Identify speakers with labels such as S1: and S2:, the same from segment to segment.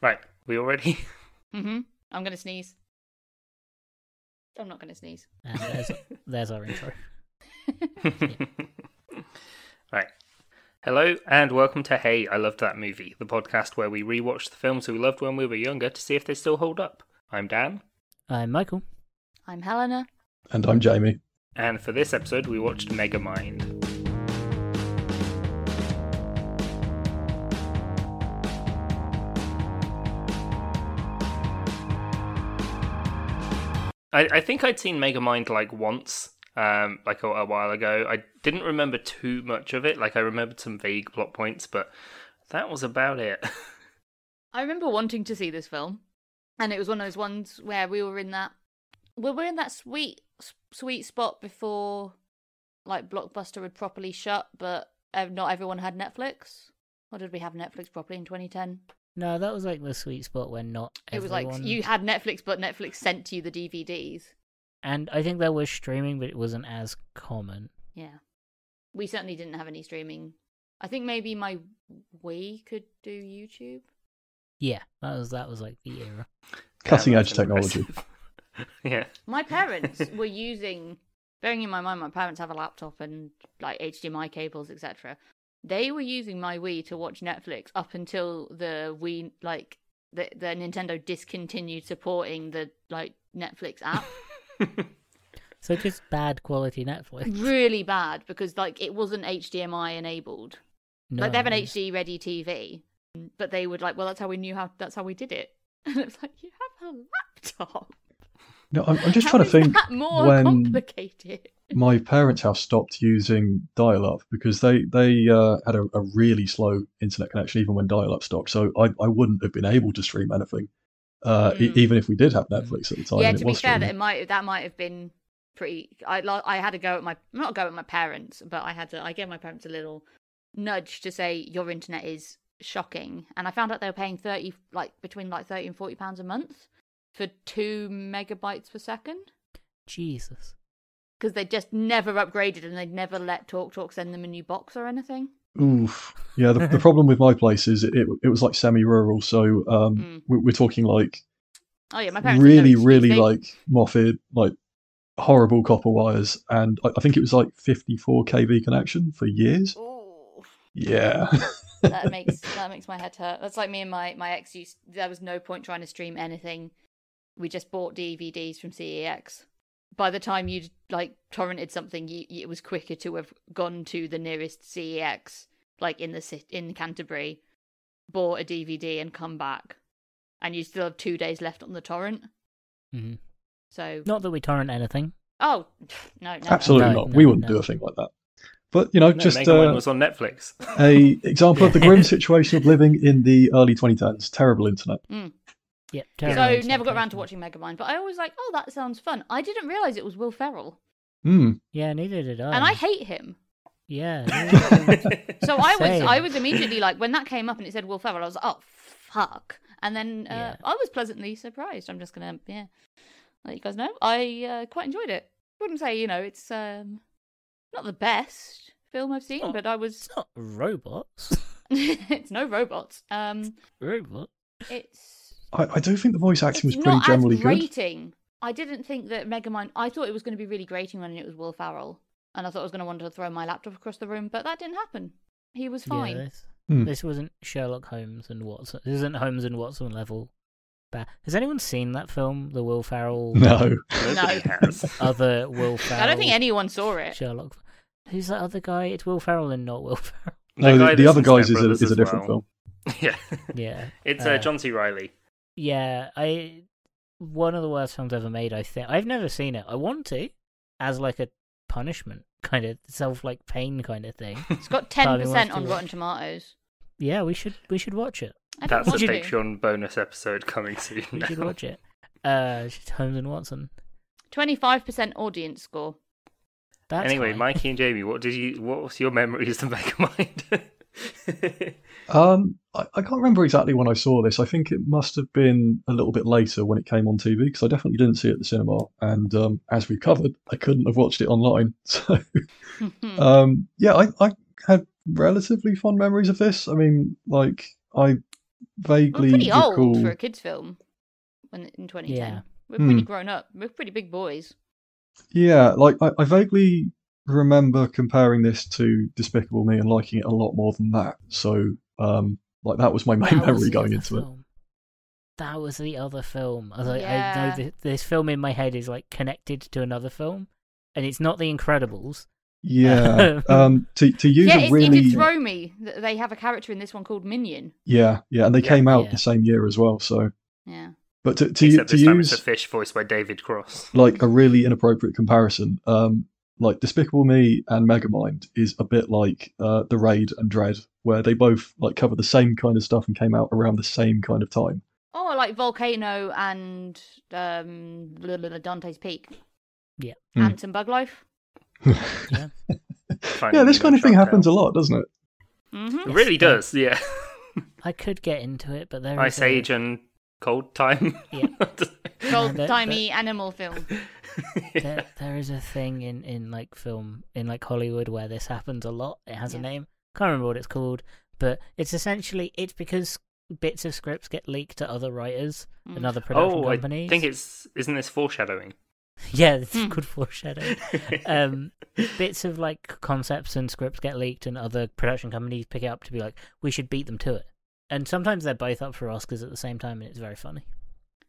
S1: Right. We all ready?
S2: Mm-hmm. I'm gonna sneeze. I'm not gonna sneeze.
S3: And there's, there's our intro.
S1: right. Hello and welcome to Hey, I Loved That Movie, the podcast where we rewatch the films we loved when we were younger to see if they still hold up. I'm Dan,
S3: I'm Uh, Michael.
S2: I'm Helena.
S4: And I'm Jamie.
S1: and for this episode we watched Megamind. I, I think I'd seen Megamind like once, um, like a, a while ago. I didn't remember too much of it. Like I remembered some vague plot points, but that was about it.
S2: I remember wanting to see this film, and it was one of those ones where we were in that we were in that sweet s- sweet spot before like Blockbuster would properly shut, but uh, not everyone had Netflix. Or did we have Netflix properly in 2010?
S3: No, that was like the sweet spot when not
S2: It was like
S3: everyone-
S2: you had Netflix, but Netflix sent you the DVDs.
S3: And I think there was streaming, but it wasn't as common.
S2: Yeah. We certainly didn't have any streaming. I think maybe my Wii could do YouTube.
S3: Yeah, that was that was like the era.
S4: Cutting
S1: Yeah,
S4: edge
S1: that's
S4: technology.
S1: impressive. yeah.
S2: My parents were using, bearing in my mind, my parents have a laptop and like HDMI cables, etc. They were using my Wii to watch Netflix up until the Wii, like the the Nintendo discontinued supporting the like Netflix app.
S3: So just bad quality Netflix.
S2: really bad because like it wasn't HDMI enabled.
S3: No,
S2: like they have an
S3: it was-
S2: HD ready TV, but they would like, well, that's how we knew how. That's how we did it. And it's like you have a laptop.
S4: No, I'm, I'm just
S2: How
S4: trying to
S2: is
S4: think
S2: that more
S4: when
S2: complicated.
S4: my parents' house stopped using dial up because they, they uh, had a, a really slow internet connection even when dial up stopped. So I, I wouldn't have been able to stream anything, uh, e-
S2: Mm.
S4: even if we did have Netflix at the time.
S2: yeah,
S4: and
S2: to
S4: it
S2: be
S4: was
S2: fair, that it
S4: streaming.
S2: might that might have been pretty. I lo- I had a go at my not a go at my parents, but I had to. I gave my parents a little nudge to say your internet is shocking, and I found out they were paying thirty like between like thirty and forty pounds a month for two megabytes per second
S3: Jesus.
S2: because they just never upgraded and they'd never let TalkTalk send them a new box or anything.
S4: Oof. Yeah, the, the problem with my place is it, it, it was like semi rural. So um,
S2: Mm.
S4: we, we're talking like
S2: Oh yeah, my parents had no
S4: really,
S2: excuse.
S4: really
S2: They-
S4: like Moffat, like horrible copper wires. And I, I think it was like 54 kV connection for years.
S2: Ooh.
S4: Yeah.
S2: that makes that makes my head hurt. That's like me and my my ex used. There was no point trying to stream anything. We just bought DVDs from CEX. By the time you like torrented something, you, you- it was quicker to have gone to the nearest CEX, like in the cit- in Canterbury, bought a DVD and come back, and you still have two days left on the torrent.
S3: Mhm.
S2: So
S3: Not that we torrent anything.
S2: oh no, no
S4: Absolutely
S3: No,
S4: not.
S3: no,
S4: we wouldn't
S3: no.
S4: do a thing like that. But you know,
S1: No,
S4: just
S1: Megamind
S4: uh,
S1: was on Netflix.
S4: a example of the
S1: Yeah.
S4: grim situation of living in the early 2010s. Terrible internet.
S3: Yep.
S2: So
S3: terrible
S2: never got around to
S3: internet.
S2: watching Megamind, but I always like, oh, that sounds fun. I didn't realize it was Will Ferrell,
S4: Hmm.
S3: Oh, Yeah, neither did I.
S2: and I hate him.
S3: Yeah. neither did I.
S1: so
S2: So I was
S3: Same.
S2: I was immediately like when that came up and it said Will Ferrell, I was like, oh fuck, and then uh,
S3: Yeah.
S2: I was pleasantly surprised. I'm just gonna yeah, let you guys know I uh, quite enjoyed it. Wouldn't say you know it's um not the best film I've seen,
S3: Oh.
S2: but I was
S3: it's not robots.
S2: it's no robots. Um,
S3: Robot.
S2: it's
S4: I, I do think the voice acting
S2: it's
S4: was pretty
S2: not
S4: generally
S2: as
S4: good.
S2: grating. I didn't think that Megamind. I thought it was going to be really grating when it was Will Ferrell, and I thought I was going to want to throw my laptop across the room, but that didn't happen. He was fine.
S3: Yeah, this,
S4: Hmm.
S3: this wasn't Sherlock Holmes and Watson. This isn't Holmes and Watson level. Ba- Has anyone seen that film, the Will Ferrell?
S4: No.
S1: Nobody
S2: No.
S1: has.
S3: Other Will Ferrell.
S2: I don't think anyone saw it.
S3: Sherlock. Who's that other guy? It's Will Ferrell and not Will Ferrell.
S4: No, the,
S1: guy
S4: the
S1: that's
S4: other
S1: in Step
S4: guys is a,
S1: Brothers
S4: is a
S1: as
S4: different
S1: well.
S4: film.
S1: Yeah.
S3: Yeah.
S1: It's uh, John C. Riley.
S3: Yeah, I one of the worst films ever made. I think I've never seen it. I want to, as like a punishment kind of self like pain kind of thing.
S2: It's got ten
S3: Probably wants
S2: percent
S3: to
S2: on
S3: watch.
S2: Rotten Tomatoes.
S3: yeah, we should we should watch it.
S2: I don't
S1: That's
S2: want
S1: the
S2: to.
S1: Patreon bonus episode coming soon.
S3: We
S1: now.
S3: should watch it. Uh, it's Holmes and Watson.
S2: Twenty-five percent audience score.
S3: That's
S1: Anyway,
S3: high.
S1: Mikey and Jamie, what did you? What was your memories of Megamind?
S4: Um, I, I can't remember exactly when I saw this. I think it must have been a little bit later when it came on TV because I definitely didn't see it at the cinema. And um, as we covered, I couldn't have watched it online. So
S2: Mm-hmm.
S4: um yeah I, I had relatively fond memories of this i mean like i vaguely
S2: We're pretty
S4: recall.
S2: old for a kids' film. When in 2010,
S3: Yeah.
S2: we're
S4: Hmm.
S2: pretty grown up. We're pretty big boys.
S4: Yeah, like I, I vaguely remember comparing this to Despicable Me and liking it a lot more than that. So, um, like that was my main
S3: That was
S4: memory
S3: the
S4: going
S3: other
S4: into it.
S3: film. That was the other film. I, was like, I know
S2: Yeah.
S3: th- this film in my head is like connected to another film, and it's not The Incredibles.
S4: Yeah. um, to to use
S2: yeah,
S4: a
S2: it,
S4: really
S2: it did throw me that they have a character in this one called Minion.
S4: yeah yeah, and they
S1: Yeah,
S4: came out
S3: yeah.
S4: the same year as well. So,
S2: Yeah,
S4: but to to,
S1: Except
S4: to
S1: this time it's
S4: use
S1: a fish voiced by David Cross.
S4: like a really inappropriate comparison. Um, like Despicable Me and Megamind is a bit like uh, The Raid and Dread, where they both like cover the same kind of stuff and came out around the same kind of time.
S2: Oh, I like Volcano and um, blah, blah, blah, Dante's Peak.
S3: Yeah.
S4: Hmm.
S2: Ants and Bug Life.
S4: yeah,
S1: Finding
S4: this
S1: Nemo,
S4: kind of thing
S1: Shark
S4: happens a
S1: Tale.
S4: lot, doesn't it?
S2: Mm-hmm.
S1: It really does, yeah.
S3: I could get into it, but there
S1: Ice
S3: is a-
S1: Age and Cold Time.
S3: Yeah. uh,
S2: Old
S3: that-
S2: timey animal film.
S1: Yeah.
S3: there, there is a thing in, in like film in like Hollywood where this happens a lot. It has a
S2: Yeah.
S3: name. Can't remember what it's called, but it's essentially it's because bits of scripts get leaked to other writers and
S2: Mm.
S3: other production
S1: Oh, I
S3: companies.
S1: think it's isn't this foreshadowing?
S3: yeah, it's
S2: Hmm.
S3: good foreshadowing. um, bits of like concepts and scripts get leaked, and other production companies pick it up to be like, we should beat them to it. And sometimes they're both up for Oscars at the same time, and it's very funny,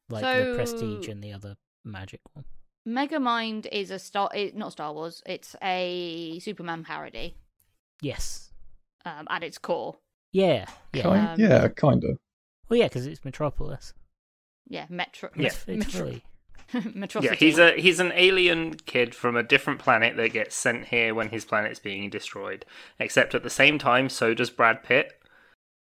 S3: like the Prestige
S2: So-
S3: and the other Magic one.
S2: Megamind is a star, it, not Star Wars. It's a Superman parody
S3: Yes,
S2: um, at its core.
S3: yeah, yeah.
S4: Kind-
S2: Um,
S4: yeah, kind of.
S3: Well, yeah, because it's Metropolis.
S2: Yeah, Metro.
S1: Yeah.
S3: It's, it's
S2: Metro-
S3: really-
S2: Metrocity.
S1: yeah, he's a he's an alien kid from a different planet that gets sent here when his planet's being destroyed. Except at the same time, so does Brad Pitt.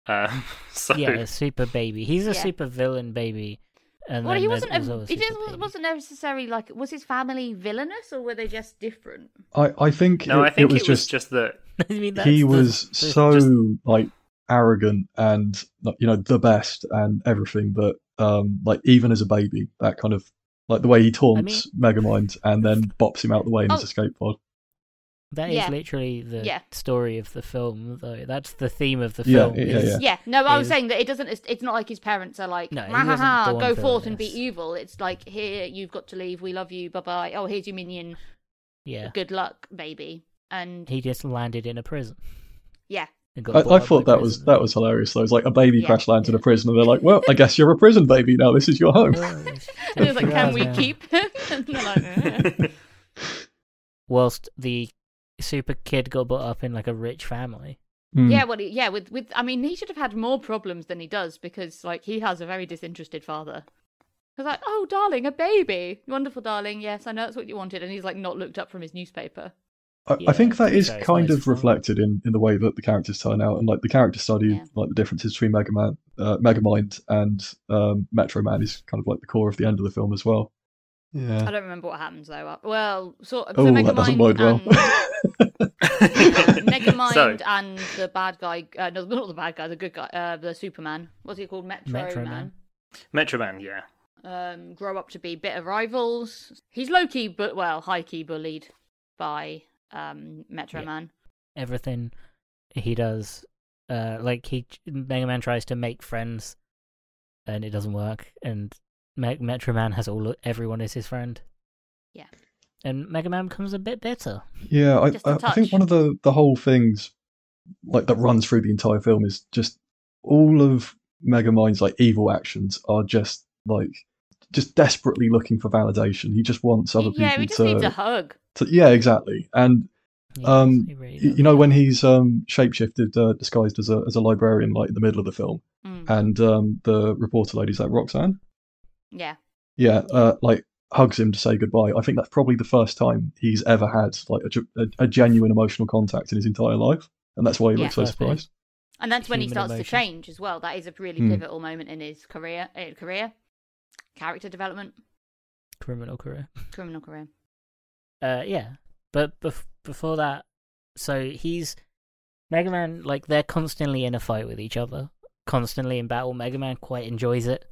S1: Um, so
S3: yeah, a super baby. He's a
S2: Yeah.
S3: super villain baby. And
S2: Well,
S3: then
S2: he
S3: there's
S2: wasn't. A,
S3: also
S2: he
S3: super
S2: didn't,
S3: baby.
S2: wasn't necessarily like. Was his family villainous, or were they just different?
S4: I, I think,
S1: no,
S4: it,
S1: I think
S4: it was just,
S1: that
S3: I mean, that's
S4: he
S3: the-
S4: was
S3: the-
S4: so like arrogant and like, you know the best and everything, but um, like even as a baby, that kind of like the way he taunts Megamind and then bops him out the way in his
S2: Oh.
S4: escape pod.
S3: That is
S2: Yeah.
S3: literally the
S2: Yeah.
S3: story of the film, though. That's the theme of the
S4: Yeah,
S3: film.
S4: yeah,
S3: is-
S4: yeah.
S2: Yeah, no, I was
S3: is-
S2: saying that it doesn't. It's, it's not like his parents are like,
S3: No, he
S2: "Ha, ha,
S3: wasn't
S2: ha,
S3: born
S2: go forth and be
S3: villainous.
S2: evil. It's like, here, you've got to leave. We love you. Bye bye. Oh, here's your minion.
S3: yeah.
S2: Good luck, baby. And
S3: He just landed in a prison.
S2: yeah,
S3: and got
S4: I,
S3: bought
S4: I
S3: up
S4: thought
S3: by
S4: that was that was hilarious. Though, it's like a baby
S2: Yeah.
S4: crash lands in a
S3: Yeah.
S4: prison, and they're like, "Well, I guess you're a prison baby now. This is your home."
S3: prisoners. Yeah, it's
S2: and it was like,
S3: three
S2: can
S3: hours
S2: we
S3: now.
S2: keep him? and they're like, "Eh."
S3: Whilst the super kid got brought up in like a rich family.
S4: Hmm.
S2: yeah, well, he- yeah. With with, I mean, he should have had more problems than he does because like he has a very disinterested father. He's like, oh, darling, a baby, wonderful, darling. Yes, I know that's what you wanted. And he's like, not looked up from his newspaper.
S4: I,
S3: Yeah,
S4: I think that
S3: to be
S4: is
S3: fair, it's
S4: kind
S3: nice
S4: of
S3: fun.
S4: reflected in, in the way that the characters turn out, and like the character study,
S2: Yeah.
S4: like the differences between Mega Man, uh, Megamind, and um, Metro Man is kind of like the core of the end of the film as well.
S2: I
S4: Yeah.
S2: don't remember what happens though. Uh, Well, sort of.
S4: Oh,
S2: so
S4: that doesn't
S2: Megamind
S4: bode well.
S2: and- um, Megamind
S1: So-
S2: and the bad guy, uh, no, not the bad guy, the good guy, uh, the Superman. What's he called? Metro,
S3: Metro
S2: Man.
S1: Metro Man, yeah.
S2: Um, grow up to be bitter rivals. He's low key, but well, high key bullied by um, Metro
S3: Yeah.
S2: Man.
S3: Everything he does, uh, like he Mega Man tries to make friends, and it doesn't work. And Me- Metro Man has all everyone is his friend.
S2: Yeah.
S3: And Mega Man becomes a bit bitter.
S4: Yeah, I,
S2: Just a
S4: I, I think
S2: touch.
S4: one of the, the whole things like that runs through the entire film is just all of Megamind's like evil actions are just like just desperately looking for validation. He just wants other
S2: yeah,
S4: people
S2: he just
S4: to,
S2: needs a hug.
S4: to yeah, exactly. And
S3: He
S4: Um,
S3: he really
S4: Y- you
S3: does.
S4: know when he's um shapeshifted uh, disguised as a as a librarian like in the middle of the film
S2: Mm,
S4: and um the reporter lady is that roxanne
S2: yeah,
S4: yeah uh, like hugs him to say goodbye i think that's probably the first time he's ever had like a, ge- a, a genuine emotional contact in his entire life and that's why he
S2: Yeah.
S4: looks so
S3: First thing.
S4: surprised
S2: and that's when he
S3: Human
S2: starts to
S3: emotion.
S2: change as well. That is a really
S4: Hmm.
S2: pivotal moment in his career, uh, career, character development,
S3: criminal career.
S2: criminal career.
S3: Uh, yeah, but bef- before that, so he's Mega Man. Like they're constantly in a fight with each other, constantly in battle. Mega Man quite enjoys it.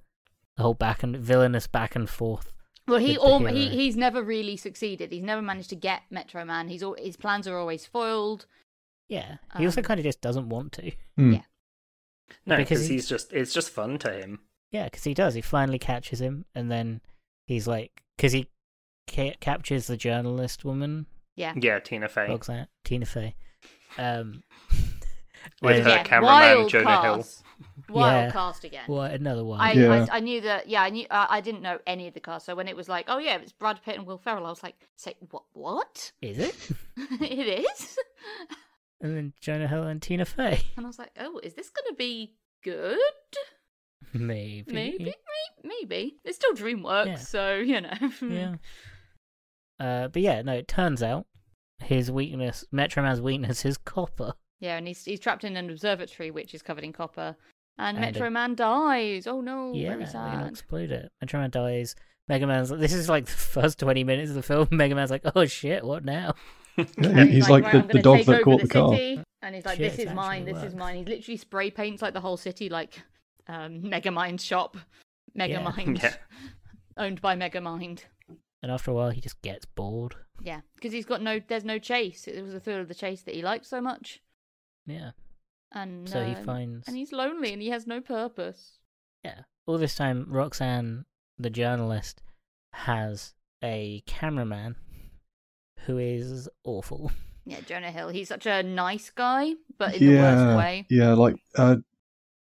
S3: The whole back and villainous back and forth.
S2: Well, he
S3: the
S2: all he,
S3: hero.
S2: he's never really succeeded. He's never managed to get Metro Man. He's all, his plans are always foiled.
S3: Yeah, he also
S2: Um,
S3: kind of just doesn't want to.
S4: Hmm.
S2: Yeah.
S1: No,
S3: Because
S1: because
S3: he-
S1: he's just it's just fun to him.
S3: Yeah, because he does. He finally catches him, and then he's like, because he ca- captures the journalist woman,
S2: Yeah.
S1: Yeah, Tina Fey
S3: Roxanne, Tina Fey. Um,
S1: with
S3: and-
S1: her
S2: Yeah,
S1: cameraman
S2: wild
S1: Jonah Hill.
S2: cast. Wild
S3: Yeah.
S2: cast again.
S3: Well, another one.
S2: I,
S4: Yeah.
S2: I I knew that. Yeah, I knew. Uh, I didn't know any of the cast. So when it was like, oh yeah, it's Brad Pitt and Will Ferrell, I was like, say what? What?
S3: Is it?
S2: it is.
S3: And then Jonah Hill and Tina Fey.
S2: And I was like, oh, is this gonna be good?
S3: Maybe.
S2: Maybe, maybe, maybe. It's still DreamWorks,
S3: Yeah.
S2: so you know.
S3: Yeah. Uh, but yeah, no. It turns out his weakness, Metro Man's weakness, is copper.
S2: Yeah, and he's he's trapped in an observatory which is covered in copper, and,
S3: And
S2: Metro
S3: a-
S2: Man dies. Oh no,
S3: yeah,
S2: very
S3: they're gonna
S2: sad.
S3: explode it. Metro Man dies. Mega Man's. This is like the first twenty minutes of the film. Mega Man's like, oh shit, what now?
S4: Yeah, he's like
S2: right,
S4: the-
S2: I'm
S4: the
S2: gonna
S4: dog
S2: take
S4: that
S2: over
S4: caught the car.
S2: city. And he's like,
S3: Shit,
S2: this
S3: it
S2: is mine,
S3: actually
S2: this is
S3: works.
S2: mine. He literally spray paints like the whole city, like um, Megamind shop, Megamind,
S1: Yeah.
S2: owned by Megamind.
S3: And after a while, he just gets bored.
S2: Yeah, because he's got no, there's no chase. It was the thrill of the chase that he liked so much,
S3: Yeah.
S2: and
S3: So he
S2: uh,
S3: finds-
S2: and he's lonely and he has no purpose.
S3: Yeah. All this time, Roxanne, the journalist, has a cameraman who is awful.
S2: Yeah, Jonah Hill. He's such a nice guy, but in the
S4: yeah,
S2: worst way.
S4: yeah. Like uh,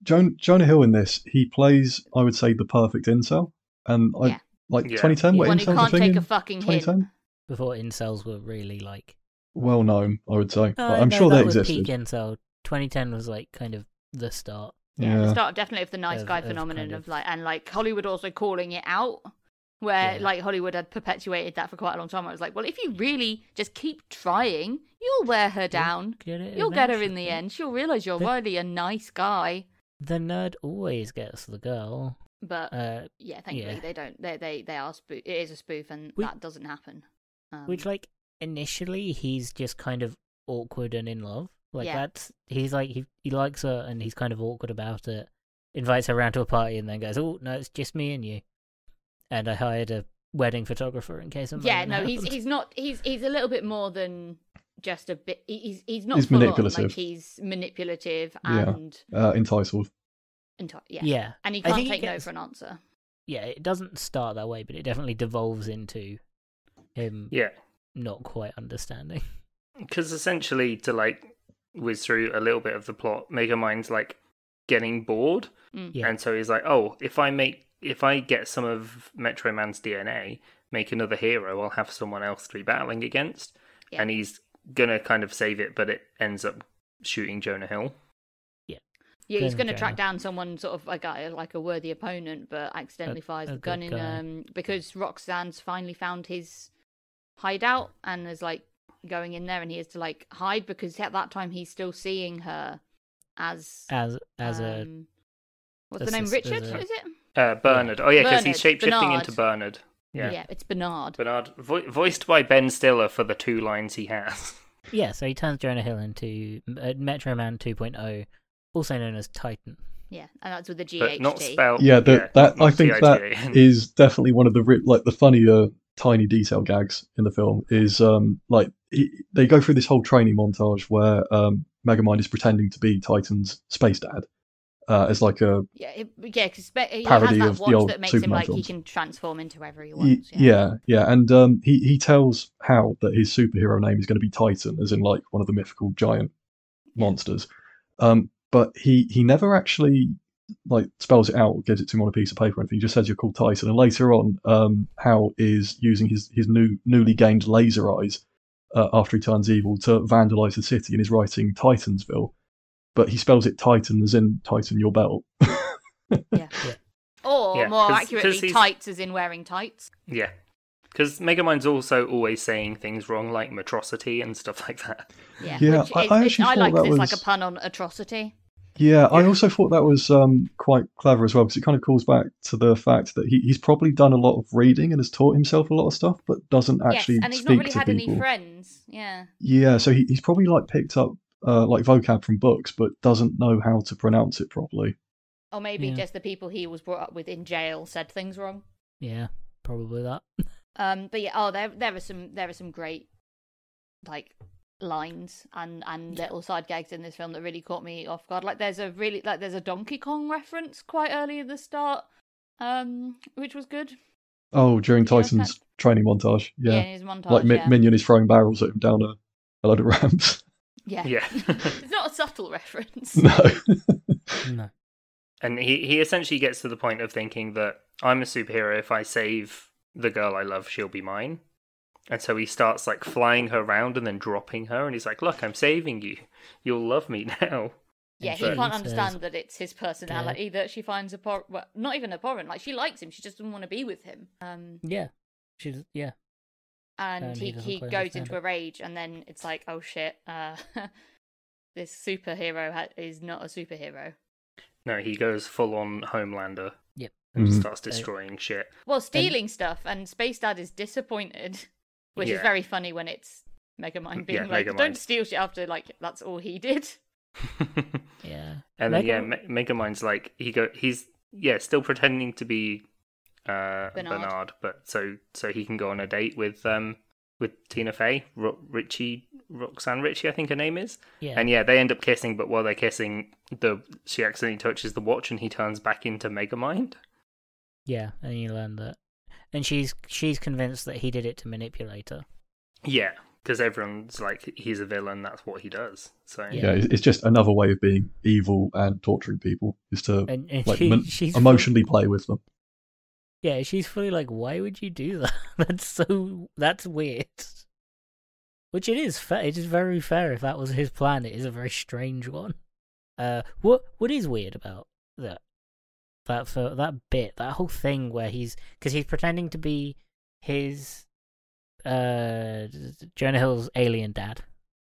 S4: John, Jonah Hill in this, he plays, I would say, the perfect incel, and I
S2: Yeah.
S4: like
S1: Yeah.
S4: 2010. What
S2: One who
S4: incel's a
S2: can't
S4: thing
S2: take
S4: in
S2: a fucking hit.
S4: 2010?
S3: Before incels were really like.
S4: Well known, I would say.
S3: Oh,
S4: Like, I'm
S3: no,
S4: sure
S3: that
S4: they
S3: was
S4: existed.
S3: peak incel. 2010 was like kind of the start.
S2: Yeah, the
S4: Yeah.
S2: start definitely of the nice
S3: Of-
S2: guy
S3: of
S2: phenomenon
S3: kind
S2: of,
S3: of-
S2: like, and like Hollywood also calling it out, where
S3: Yeah.
S2: like Hollywood had perpetuated that for quite a long time. I was like, well, if you really just keep trying, you'll wear her down.
S3: Get it
S2: You'll get her in
S3: eventually.
S2: the end. She'll realize you're
S3: The-
S2: really a nice guy.
S3: The nerd always gets the girl.
S2: But
S3: Uh,
S2: yeah, thankfully
S3: yeah.
S2: they don't. They they they are spoof. It is a spoof, and
S3: Which-
S2: that doesn't happen. Um,
S3: Which, like, initially he's just kind of awkward and in love. Like,
S2: Yeah.
S3: that's. He's like, he, he likes her and he's kind of awkward about it. Invites her around to a party and then goes, oh, no, it's just me and you. And I hired a wedding photographer in case something.
S2: yeah, no, he's he's not. He's he's a little bit more than just a bit. he- He's he's not
S4: He's
S2: full on, Like
S4: manipulative.
S2: he's manipulative
S4: Yeah.
S2: and
S4: Uh, entitled.
S2: enti- yeah.
S3: Yeah.
S2: and he
S3: I
S2: can't
S3: think
S2: take
S3: he
S2: no
S3: gets-
S2: for an answer.
S3: Yeah, it doesn't start that way, but it definitely devolves into him
S1: Yeah,
S3: not quite understanding.
S1: because essentially to like whiz through a little bit of the plot, Megamind's like getting bored,
S2: Mm.
S3: Yeah.
S1: and so he's like, "Oh, if I make if I get some of Metro Man's DNA, make another hero, I'll have someone else to be battling against."
S2: Yeah.
S1: And he's gonna kind of save it, but it ends up shooting Jonah Hill.
S2: Yeah, he's
S3: Gun
S2: going to track
S3: Jonah.
S2: down someone sort of like a, like a worthy opponent, but accidentally
S3: A-
S2: fires
S3: a
S2: the gun
S3: good
S2: in
S3: guy.
S2: um because Roxanne's finally found his hideout and is like going in there, and he has to like hide because at that time he's still seeing her as
S3: As as a
S2: um, what's
S3: as
S2: the name?
S3: this-
S2: Richard
S3: as a-
S2: What is it?
S1: Uh, Bernard. Oh yeah, because he's shape
S2: Bernard.
S1: shifting into Bernard. Yeah.
S2: it's Bernard.
S1: Bernard, vo- voiced by Ben Stiller for the two lines he has.
S3: yeah, so he turns Jonah Hill into uh, Metro Man 2.0, also known as Titan.
S2: Yeah, and that's with the GHT.
S1: but not spelled.
S4: Yeah, that that
S1: not
S4: I think that
S1: CIGN.
S4: is definitely one of the ri- like the funnier tiny detail gags in the film is um like he, they go through this whole training montage where um Megamind is pretending to be Titan's space dad uh, as like a
S2: yeah, it, yeah, because he has
S4: Parody
S2: that
S4: of the
S2: watch
S4: old
S2: that makes him
S4: Superman
S2: like he
S4: films.
S2: can transform into whoever he
S4: Y-
S2: wants.
S4: yeah yeah and um he he tells Hal that his superhero name is going to be Titan as in like one of the mythical giant monsters um but he he never actually like spells it out or gives it to him on a piece of paper or anything he just says you're called Titan and later on um Hal is using his his new newly gained laser eyes uh, after he turns evil to vandalize the city and is writing Titansville but he spells it Titan as in tighten your belt
S2: Or
S1: Yeah,
S2: more
S1: 'cause- 'cause
S2: accurately,
S1: he's-
S2: tights as in wearing tights.
S1: Yeah. Because Megamind's also always saying things wrong, like Matrocity and stuff like that.
S2: Yeah,
S4: Yeah,
S2: which
S4: I-
S2: is,
S4: I
S2: I,
S4: actually
S2: I like
S4: thought
S2: 'cause
S4: that
S2: it's like
S4: was-
S2: a pun on atrocity.
S4: Yeah, I also thought that was um, quite clever as well because it kind of calls back to the fact that he, he's probably done a lot of reading and has taught himself a lot of stuff, but doesn't actually
S2: yes, and he's
S4: speak
S2: not really
S4: to
S2: had
S4: people.
S2: any friends. Yeah,
S4: yeah, so he, he's probably like picked up uh, like vocab from books, but doesn't know how to pronounce it properly.
S2: or maybe
S3: Yeah.
S2: just the people he was brought up with in jail said things wrong.
S3: Yeah, probably that.
S2: Um, but yeah, oh, there there are some there are some great like lines and and little side gags in this film that really caught me off guard. Like there's a really like there's a Donkey Kong reference quite early at the start, um, which was good.
S4: Oh, during
S2: Yeah,
S4: Titan's training montage.
S2: Yeah,
S4: Yeah.
S2: in his montage.
S4: like Mi-
S2: yeah.
S4: Minion is throwing barrels at him down a, a load of ramps.
S2: yeah,
S1: Yeah.
S2: it's not a subtle reference.
S4: no.
S3: No.
S1: And he, he essentially gets to the point of thinking that I'm a superhero. If I save the girl I love, she'll be mine. And so he starts like flying her around and then dropping her. And he's like, Look, I'm saving you. You'll love me now.
S2: Yeah, he
S1: Exactly.
S2: can't
S3: Says-
S2: understand that it's his personality that she finds abhor Well, not even abhorrent. Like she likes him, she just doesn't want to be with him. Um,
S3: Yeah. She's yeah.
S2: and
S3: Um, he
S2: he,
S3: doesn't
S2: he
S3: quite
S2: goes
S3: understand
S2: into
S3: it.
S2: a rage, and then it's like, oh shit, uh, this superhero ha- is not a superhero.
S1: No, he goes full on Homelander
S3: Yep.
S1: and
S4: Mhm.
S1: starts destroying shit.
S2: Well, stealing stuff, and Space Dad is disappointed, which is
S1: Yeah.
S2: very funny when it's Megamind being
S1: Yeah,
S2: like,
S1: Megamind.
S2: don't steal shit after like that's all he did.
S3: Yeah.
S1: and then, yeah,
S3: Mega-
S1: Me- Megamind's like, he go, he's, yeah, still pretending to be uh,
S2: Bernard.
S1: Bernard. but so so he can go on a date with um with Tina Fey, Ro- Richie, Roxanne Richie, I think her name is.
S3: Yeah.
S1: And yeah, they end up kissing, but while they're kissing, the she accidentally touches the watch and he turns back into Megamind.
S3: yeah, and you learn that. And she's she's convinced that he did it to manipulate her.
S1: Yeah, because everyone's like, he's a villain, that's what he does. So
S3: Yeah.
S4: Yeah. it's- it's just another way of being evil and torturing people is to
S3: And, and
S4: like
S3: she,
S4: mon-
S3: she's
S4: emotionally play with them.
S3: Yeah, she's fully like, why would you do that? that's so that's weird. Which it is fair. It is very fair if that was his plan. It is a very strange one. Uh, what what is weird about that that for that bit that whole thing where he's because he's pretending to be his uh Jonah Hill's alien dad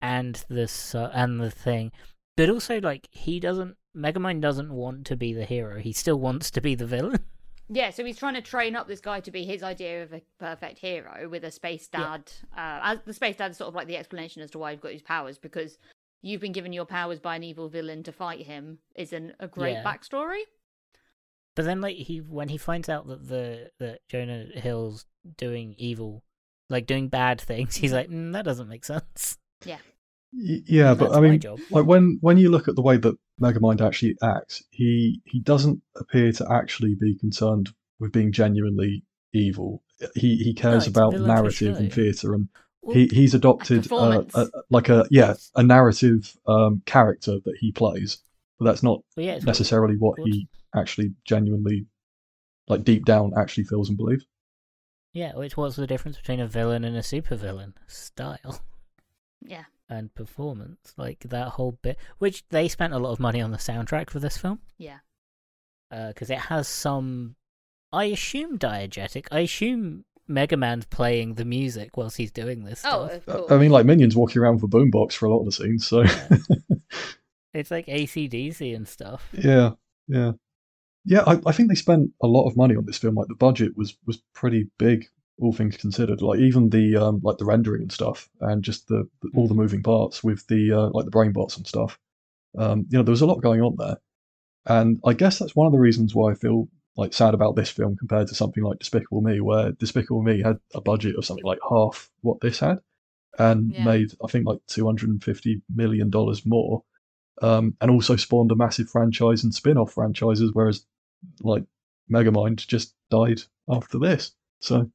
S3: and the so- and the thing, but also like he doesn't Megamind doesn't want to be the hero. He still wants to be the villain.
S2: Yeah, so he's trying to train up this guy to be his idea of a perfect hero with a space
S3: Yeah.
S2: dad. Uh, as the space dad is sort of like the explanation as to why you've got his powers because you've been given your powers by an evil villain to fight him is an, a great
S3: Yeah.
S2: backstory.
S3: But then, like he, when he finds out that the that Jonah Hill's doing evil, like doing bad things, he's like, mm, that doesn't make sense.
S4: Y- yeah, but
S3: That's
S4: I
S3: my
S4: mean,
S3: job.
S4: like when when you look at the way that Megamind actually acts, he he doesn't appear to actually be concerned with being genuinely evil. He he cares
S3: it's a
S4: about
S3: villain for
S4: narrative and
S3: show.
S4: theatre, and
S3: Well,
S4: he he's adopted uh,
S2: performance.
S4: a, like a yeah a narrative um, character that he plays, but that's not
S3: well, yeah, it's
S4: necessarily what
S3: Good.
S4: he actually genuinely like deep down actually feels and believes.
S3: yeah. well, It's what's the difference between a villain and a supervillain? Style
S2: Yeah.
S3: and performance, like that whole bit. Which they spent a lot of money on the soundtrack for this film
S2: Yeah.
S3: because it has some, I assume, diegetic. I assume Mega Man's playing the music whilst he's doing this.
S2: Oh,
S3: Stuff.
S2: of
S4: I-
S2: course.
S4: I mean, like minions walking around with a boombox for a lot of the scenes. So
S3: it's like ACDC and stuff.
S4: yeah, yeah, yeah. I, I think they spent a lot of money on this film. Like the budget was was pretty big, all things considered. Like even the um like the rendering and stuff, and just the, the all the moving parts with the uh, like the brain bots and stuff. Um, you know, there was a lot going on there, and I guess that's one of the reasons why I feel like sad about this film compared to something like Despicable Me, where Despicable Me had a budget of something like half what this had, and
S2: Yeah.
S4: made I think like two hundred and fifty million dollars more um, and also spawned a massive franchise and spin-off franchises. Whereas, like Megamind just died after this. So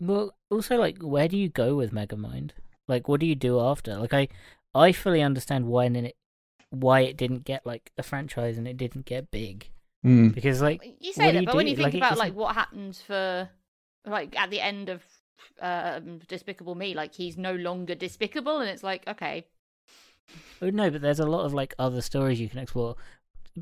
S3: Well, also like, where do you go with Megamind? Like, what do you do after? Like, I, I fully understand why and it, why it didn't get like a franchise and it didn't get big
S4: mm,
S3: because like
S2: you
S3: what
S2: say
S3: do
S2: that,
S3: you
S2: but when
S3: do?
S2: you think
S3: Like, it
S2: about
S3: doesn't-
S2: like what happens for like at the end of um, Despicable Me, like he's no longer despicable, and it's like okay,
S3: oh, no, but there's a lot of like other stories you can explore.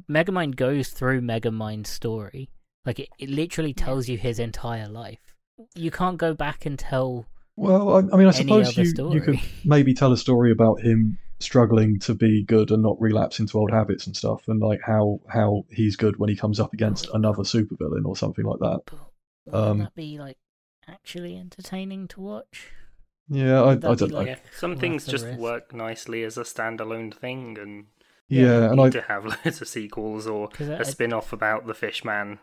S3: Megamind goes through Megamind's story. Like, it, it literally
S2: Yeah.
S3: tells you his entire life. You can't go back and tell.
S4: well, I, I mean, I
S3: Any
S4: suppose
S3: other
S4: you
S3: story.
S4: you could maybe tell a story about him struggling to be good and not relapse into old habits and stuff, and like how how he's good when he comes up against another supervillain or something like that.
S3: Would
S4: Um,
S3: that be like actually entertaining to watch?
S4: Yeah, I, I
S3: Would that
S4: don't
S3: be
S4: know.
S3: like-
S1: yeah. some
S3: Worth
S1: things
S3: the
S1: just
S3: risk.
S1: work nicely as a standalone thing and
S4: yeah,
S1: you
S4: and
S1: need
S4: I
S1: to have loads of sequels or
S3: 'Cause I-
S1: a spin off about the fish man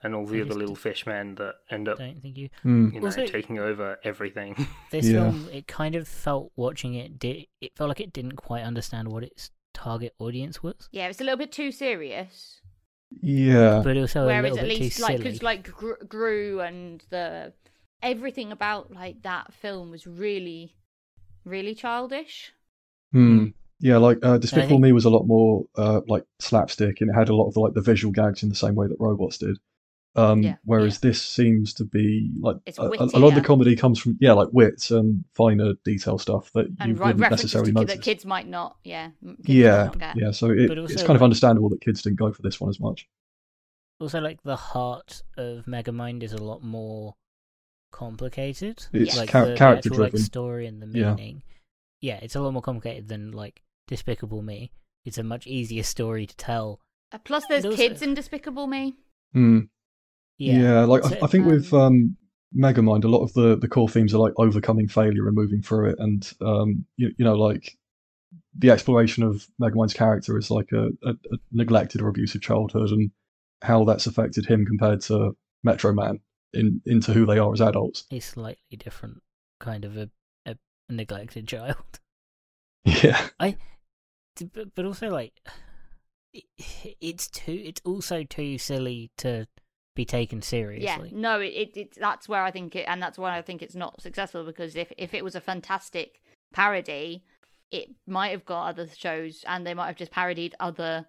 S1: and all
S3: They
S1: the other
S3: just
S1: little
S3: d-
S1: fishmen that end up,
S3: Don't think you.
S4: Hmm.
S1: you know,
S3: Also-
S1: taking over everything.
S3: This
S4: Yeah.
S3: film, it kind of felt watching it. Did it felt like it didn't quite understand what its target audience was,
S2: Yeah, it's a little bit too serious.
S4: Yeah.
S3: but also a
S2: Whereas
S3: little
S2: at
S3: bit too
S2: least like
S3: silly.
S2: because like Gr- Gru and the everything about like that film was really, really childish.
S4: Hmm. Yeah, like uh, Despicable
S3: think-
S4: Me was a lot more uh, like slapstick, and it had a lot of like the visual gags in the same way that Robots did. Um,
S2: Yeah,
S4: whereas this seems to be like
S2: It's
S4: a, a- a lot of the
S2: wittier.
S4: comedy comes from yeah, like wits and finer detail stuff that you
S2: And right,
S4: wouldn't
S2: references to
S4: necessarily
S2: ki-
S4: notice.
S2: that kids might not, yeah, m- kids might
S4: yeah,
S2: not get.
S4: yeah. So it,
S3: But also,
S4: it's kind of
S3: like-
S4: understandable that kids didn't go for this one as much.
S3: also, like the heart of Megamind is a lot more complicated.
S4: It's
S3: like
S4: char-
S3: the, the
S4: character
S3: actual, like,
S4: driven.
S3: story and the
S4: Yeah.
S3: meaning. Yeah. it's a lot more complicated than like Despicable Me. It's a much easier story to tell.
S2: Uh, Plus, there's
S3: Those-
S2: kids in Despicable Me.
S4: Hmm.
S3: Yeah,
S4: like
S3: So-
S4: I, I think with
S2: um,
S4: um, Megamind, a lot of the the core themes are like overcoming failure and moving through it, and um, you, you know, like the exploration of Megamind's character is like a, a, a neglected or abusive childhood and how that's affected him compared to Metro Man in into who they are as adults.
S3: a slightly different kind of a, a neglected child.
S4: Yeah,
S3: T- But, but also, like, it, it's too. It's also too silly to be taken seriously.
S2: Yeah, no, it, it, it that's where I think it, and that's why I think it's not successful because if if it was a fantastic parody, it might have got other shows, and they might have just parodied other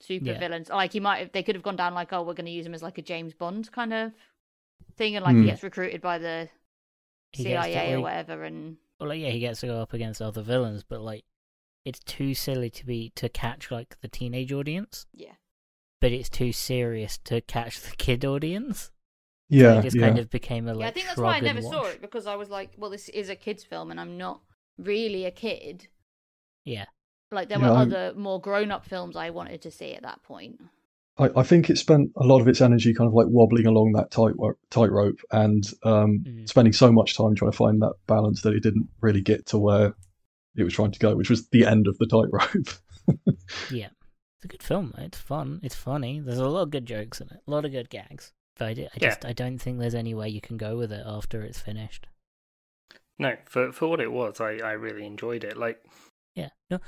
S2: super
S3: Yeah.
S2: villains. Like he might have, they could have gone down like, oh, we're going to use him as like a James Bond kind of thing, and like
S4: Hmm.
S2: he gets recruited by the
S3: He gets to,
S2: CIA or
S3: like-
S2: whatever, and
S3: Well, like, yeah, he gets to go up against other villains, but like, it's too silly to be to catch like the teenage audience.
S2: yeah,
S3: But it's too serious to catch the kid audience. So
S4: yeah,
S3: it just
S4: yeah.
S3: kind of became a like.
S2: yeah. I think that's why I
S3: shrug and
S2: never saw
S3: wash.
S2: it because I was like, well, this is a kids' film, and I'm not really a kid.
S3: Yeah,
S2: Like there
S4: Yeah,
S2: were
S4: I-
S2: other more grown-up films I wanted to see at that point.
S4: I, I think it spent a lot of its energy kind of like wobbling along that tight tightrope and um,
S3: Mm.
S4: spending so much time trying to find that balance that it didn't really get to where it was trying to go, which was the end of the tightrope.
S3: yeah. It's a good film. though. It's fun. It's funny. There's a lot of good jokes in it. A lot of good gags. But I, d- I
S1: Yeah.
S3: just I don't think there's any way you can go with it after it's finished.
S1: no, for for what it was, I I really enjoyed it. Like
S3: Yeah, no,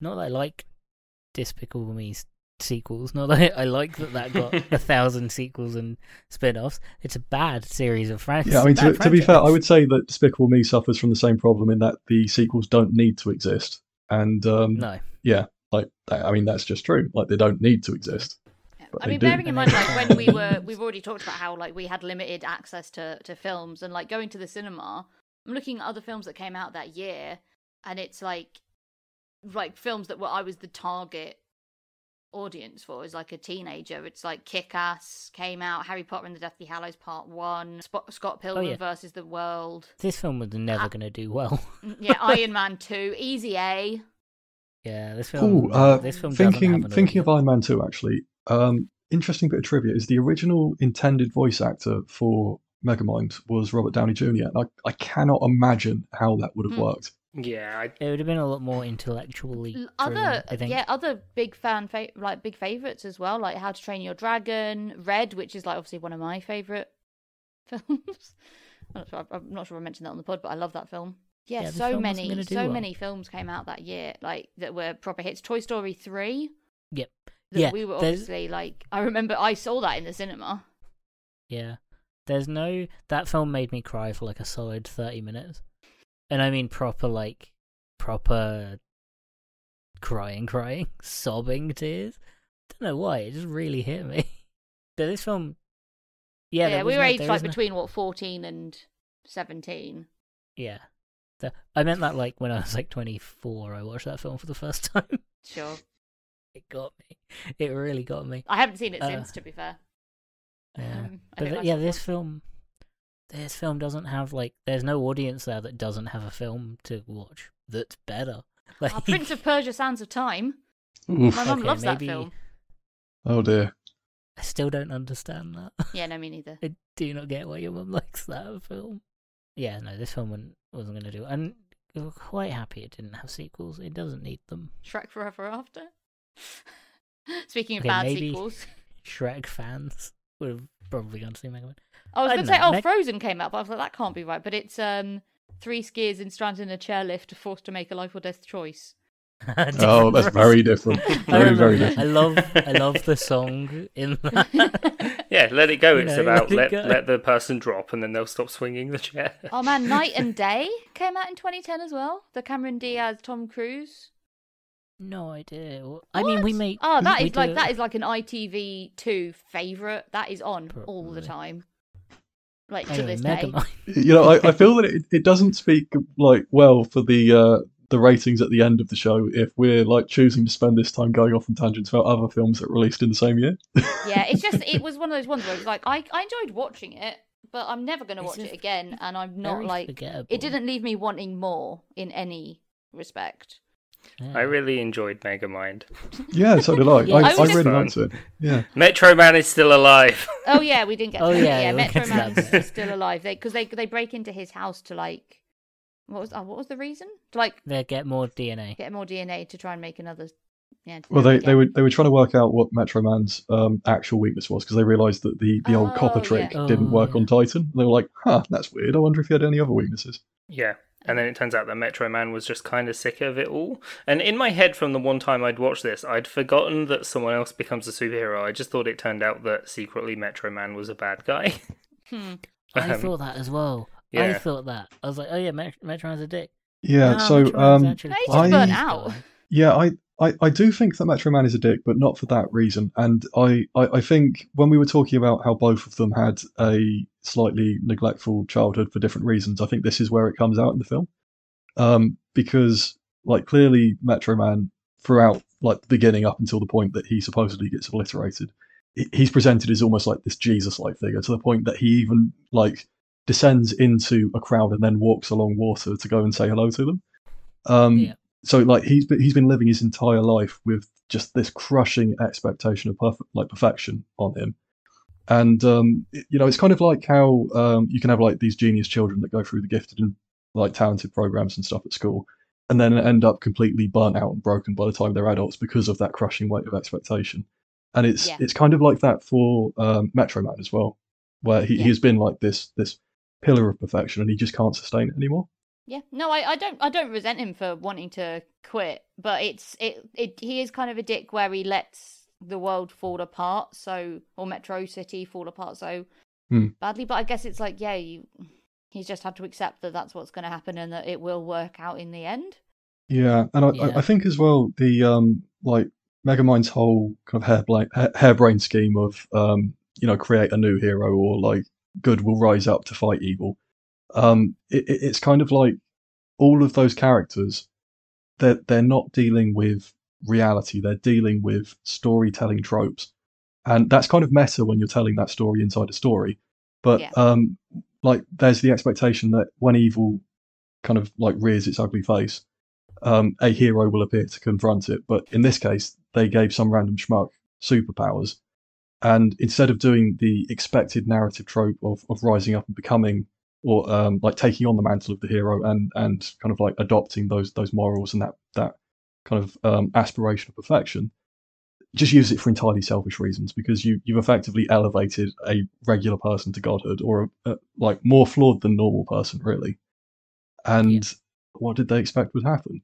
S3: not that I like Despicable Me's sequels. Not that I, I like that that got a thousand sequels and spin-offs. It's a bad series of franchises.
S4: yeah, I mean, to, to be fair, I would say that Despicable Me suffers from the same problem in that the sequels don't need to exist, and um,
S3: no.
S4: yeah, like that- I mean, that's just true. Like they don't need to exist. But
S2: I
S4: they
S2: mean,
S4: do.
S2: bearing in mind, like when we
S3: And
S2: were,
S3: then-
S2: we've already talked about how like we had limited access to to films, and like going to the cinema. I'm looking at other films that came out that year, and it's like, like films that were I was the target audience for as like a teenager. It's like Kick Ass came out, Harry Potter and the Deathly Hallows Part One, Sp-
S4: Oh,
S2: Scott Pilgrim
S3: yeah.
S2: versus the World,
S3: This film was never
S2: Ah.
S3: going to do well.
S2: Mm, yeah, Iron Man Two, Easy A.
S3: yeah, this film.
S4: Ooh, uh,
S3: this film doesn't have
S4: thinking
S3: an
S4: thinking of
S3: audience.
S4: Iron Man two actually. Um, interesting bit of trivia is the original intended voice actor for Megamind was Robert Downey Jr. And I, I cannot imagine how that would have
S2: Hmm.
S4: worked.
S1: yeah, I,
S3: it would have been a lot more intellectually.
S2: L-
S3: driven,
S2: other
S3: I think.
S2: yeah other big fan fa- like big favorites as well like how to train your dragon red which is like obviously one of my favorite films I'm, not sure, I'm not sure i mentioned that on the pod but i love that film yeah,
S3: Yeah, the
S2: so
S3: film wasn't
S2: many
S3: gonna do
S2: so
S3: well.
S2: many films came out that year like that were proper hits toy story 3
S3: Yep.
S2: that
S3: Yeah,
S2: we were
S3: there's-
S2: obviously like i remember i saw that in the cinema
S3: Yeah. There's no that film made me cry for like a solid thirty minutes. And I mean proper like proper crying crying, sobbing tears. Don't know why, it just really hit me. But this film Yeah,
S2: yeah
S3: there
S2: we
S3: was
S2: were
S3: no-
S2: aged
S3: there
S2: like
S3: was no-
S2: between what 14 and 17
S3: Yeah. The- I meant that like when I was like twenty four I watched that film for the first time.
S2: sure
S3: it got me. It really got me.
S2: i haven't seen it
S3: Uh,
S2: since to be fair
S3: Yeah.
S2: Um, I
S3: but
S2: don't
S3: th-
S2: like
S3: yeah,
S2: that
S3: this
S2: one.
S3: film, this film doesn't have like, there's no audience there that doesn't have a film to watch that's better. Like,
S2: Our prince of persia sands of time My mum
S3: Okay,
S2: loves
S3: maybe-
S2: that film.
S4: Oh dear.
S3: I still don't understand that.
S2: Yeah, no, me neither.
S3: I do not get why your mum likes that film. Yeah, no, this film wouldn't- wasn't going to do. And we were quite happy it didn't have sequels. It doesn't need them.
S2: Shrek Forever After. Speaking of
S3: Okay,
S2: bad
S3: maybe-
S2: sequels,
S3: Shrek fans, would have probably gone to see Mega Man.
S2: I was
S3: I
S2: going to
S3: don't
S2: say,
S3: know,
S2: oh,
S3: Meg-
S2: Frozen came up. I was like, that can't be right. But it's um, three skiers in stranded in a chairlift, forced to make a life or death choice.
S4: Oh, that's very different.
S3: I
S4: Very,
S3: remember-
S4: very different.
S3: I love, I love the song in that.
S1: Yeah, let it go.
S3: You
S1: It's
S3: know,
S1: about let
S3: let it go.
S1: let the person drop, and then they'll stop swinging the chair.
S2: oh man, Night and Day came out in 2010 as well. The Cameron Diaz, Tom Cruise.
S3: no idea. What- I mean, we
S2: What?
S3: make.
S2: Oh, that
S3: we
S2: is like
S3: do-
S2: that is like an ITV two favorite. That is on all the
S3: Probably.
S2: time, like to
S3: anyway,
S2: this
S3: Mega
S2: day.
S3: Man.
S4: you know, I, I feel that it, it doesn't speak like well for the uh, the ratings at the end of the show if we're like choosing to spend this time going off on tangents about other films that were released in the same year.
S2: yeah, it's just it was one of those ones where it's like I I enjoyed watching it, but I'm never going to
S3: It's
S2: watch it
S3: just
S2: again, and I'm not
S3: Very
S2: like
S3: forgettable.
S2: it didn't leave me wanting more in any respect.
S3: Yeah.
S1: I really enjoyed Megamind.
S4: Yeah, so did I.
S3: Yeah,
S4: I,
S2: I
S4: I,
S2: was just-
S4: really liked it. Yeah,
S1: Metro Man is still alive.
S2: Oh yeah, we didn't get.
S3: Oh,
S2: to that.
S3: yeah,
S2: yeah.
S3: we'll
S2: Metro
S3: get to
S2: Man
S3: that
S2: is
S3: bit.
S2: is still alive because they, 'cause they break into his house to like what was oh, what was the reason to like
S3: They get more DNA.
S2: get more DNA to try and make another. Yeah.
S4: well, they, they
S2: again.
S4: were they were trying to work out what Metro Man's um, actual weakness was because they realised that the, the old
S2: Oh,
S4: copper
S2: yeah.
S4: trick
S3: Oh,
S4: didn't work
S3: yeah.
S4: on Titan. They were like, "Huh, that's weird. I wonder if he had any other weaknesses."
S1: Yeah. And then it turns out that Metro Man was just kind of sick of it all. And in my head, from the one time I'd watched this, I'd forgotten that someone else becomes a superhero. I just thought it turned out that secretly Metro Man was a bad guy.
S2: Hmm.
S3: I
S1: Um,
S3: thought that as well. I
S1: yeah.
S3: thought that. I was like, oh yeah, Met- Metroman's a dick.
S4: Yeah,
S2: Ah,
S3: Nah,
S4: so
S3: Metroman's
S4: um,
S3: actually
S2: No, he's
S3: quite
S4: just
S3: a
S4: burnt
S3: nice
S2: out.
S3: guy.
S4: Yeah, I, I, I do think that Metro Man is a dick, but not for that reason. And I, I, I think when we were talking about how both of them had a slightly neglectful childhood for different reasons, I think this is where it comes out in the film. Um, because like clearly Metro Man throughout like the beginning up until the point that he supposedly gets obliterated, he- he's presented as almost like this Jesus like figure to the point that he even like descends into a crowd and then walks along water to go and say hello to them. Um,
S3: Yeah.
S4: so like he's been, he's been living his entire life with just this crushing expectation of perfect like perfection on him and um it- you know it's kind of like how um you can have like these genius children that go through the gifted and like talented programs and stuff at school and then end up completely burnt out and broken by the time they're adults because of that crushing weight of expectation and it's
S2: Yeah.
S4: it's kind of like that for um metro man as well where he,
S2: Yeah.
S4: he's been like this this pillar of perfection and he just can't sustain it anymore
S2: Yeah, no, I, I don't I don't resent him for wanting to quit, but it's it, it he is kind of a dick where he lets the world fall apart, so or Metro City fall apart so
S4: Hmm.
S2: badly. But I guess it's like yeah, you he's just had to accept that that's what's going to happen and that it will work out in the end.
S4: Yeah, and I,
S3: Yeah.
S4: I I think as well the um like Megamind's whole kind of hairbrain hairbrain scheme of um you know create a new hero or like good will rise up to fight evil. Um, it, it- it's kind of like all of those characters that they're, not dealing with reality; they're dealing with storytelling tropes, and that's kind of meta when you're telling that story inside a story. But
S2: Yeah.
S4: um, like there's the expectation that when evil kind of like rears its ugly face um, a hero will appear to confront it. But in this case, they gave some random schmuck superpowers. And instead of doing the expected narrative trope of, of rising up and becoming, or um, like taking on the mantle of the hero and, and kind of like adopting those those morals and that that kind of um, aspiration of perfection, just use it for entirely selfish reasons because you you've effectively elevated a regular person to godhood or a, a, like more flawed than normal person really. And what did they expect would happen?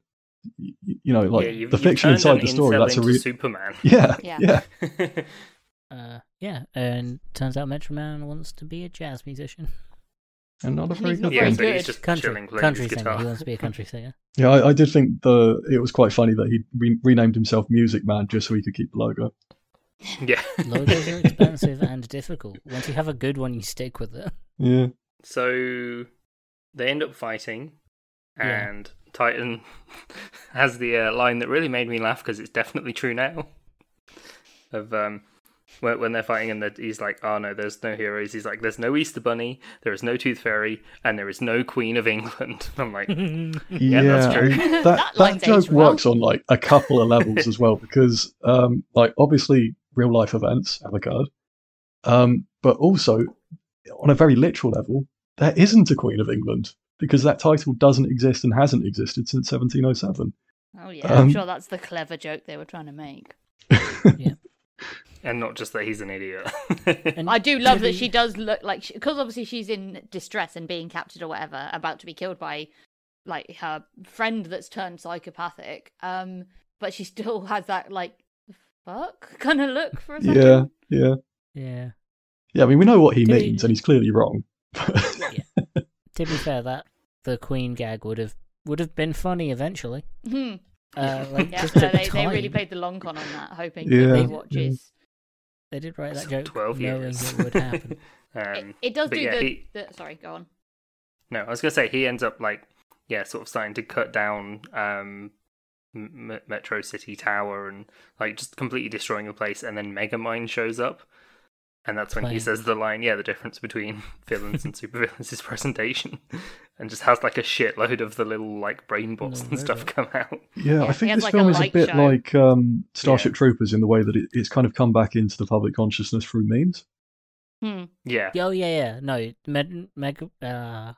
S4: Y- y- You know, like
S1: yeah, you've-
S4: the
S1: you've
S4: fiction
S1: turned
S4: inside
S1: an
S4: the story.
S1: incel
S4: That's a
S1: into
S4: real
S1: Superman.
S4: yeah,
S2: Yeah.
S4: yeah,
S3: Uh, yeah, and turns out Metro Man wants to be a jazz musician.
S4: and not a
S2: And
S4: very
S2: he's not
S4: good.
S1: yeah,
S2: very
S4: one.
S1: so he's
S2: good.
S1: just
S3: Country,
S1: chilling playing
S3: country
S1: his
S3: singer.
S1: guitar.
S3: He wants to be a country singer.
S4: Yeah, I, I did think the it was quite funny that he re- renamed himself Music Man just so he could keep the logo.
S1: Yeah.
S3: Logos are expensive and difficult. Once you have a good one, you stick with it.
S4: Yeah,
S1: So they end up fighting,
S3: Yeah.
S1: and Titan has the uh, line that really made me laugh because it's definitely true now. Of um, when, when they're fighting, and that he's like, "Oh no, there's no heroes." He's like, "There's no Easter Bunny, there is no Tooth Fairy, and there is no Queen of England." I'm like,
S4: yeah,
S1: that's
S4: I
S1: true.
S4: mean, that
S2: That
S4: that,
S2: line's
S4: joke
S2: aged well.
S4: works on like a couple of levels as well because, um, like obviously real life events have occurred, um, but also on a very literal level, there isn't a Queen of England because that title doesn't exist and hasn't existed since 1707.
S2: Oh yeah, I'm
S4: Um,
S2: sure that's the clever joke they were trying to make.
S1: and not just that he's an idiot.
S3: And
S2: I do love that
S3: really-
S2: she does look like because obviously she's in distress and being captured or whatever, about to be killed by like her friend that's turned psychopathic. Um, but she still has that like fuck kind of look for a second.
S4: Yeah, yeah,
S3: Yeah.
S4: yeah. I mean, we know what he
S3: Did he-
S4: means, and he's clearly wrong.
S3: To be fair, that the Queen gag would have would have been funny eventually.
S2: Hmm.
S3: Uh, like,
S2: yeah
S3: just
S2: no,
S3: at the
S2: they, they really
S3: time,
S2: played the long con on that, hoping
S4: Yeah.
S2: that
S4: Yeah.
S2: they watches.
S3: They did write that joke
S1: Twelve
S3: knowing
S1: years.
S3: it would happen.
S1: um,
S2: it, it does
S1: but
S2: do
S1: yeah,
S2: the,
S1: he-
S2: the. Sorry, go on.
S1: No, I was gonna say he ends up like yeah, sort of starting to cut down um M- M- Metro City Tower and like just completely destroying the place, and then Megamind shows up, and that's when he
S3: Playing.
S1: says the line, yeah, the difference between villains and supervillains is presentation, and just has like a shitload of the little like brain bots
S3: Little
S1: and stuff
S3: robot.
S1: come out.
S4: Yeah,
S2: Yeah,
S4: I
S2: he
S4: think
S2: has,
S4: this
S2: like, a
S4: film is a
S2: light
S4: bit
S2: show.
S4: like um, Starship Troopers in the way that it, it's kind of come back into the public consciousness through memes.
S2: Hmm.
S1: Yeah,
S3: Yeah, Oh yeah, yeah. No, Meg, Meg, uh,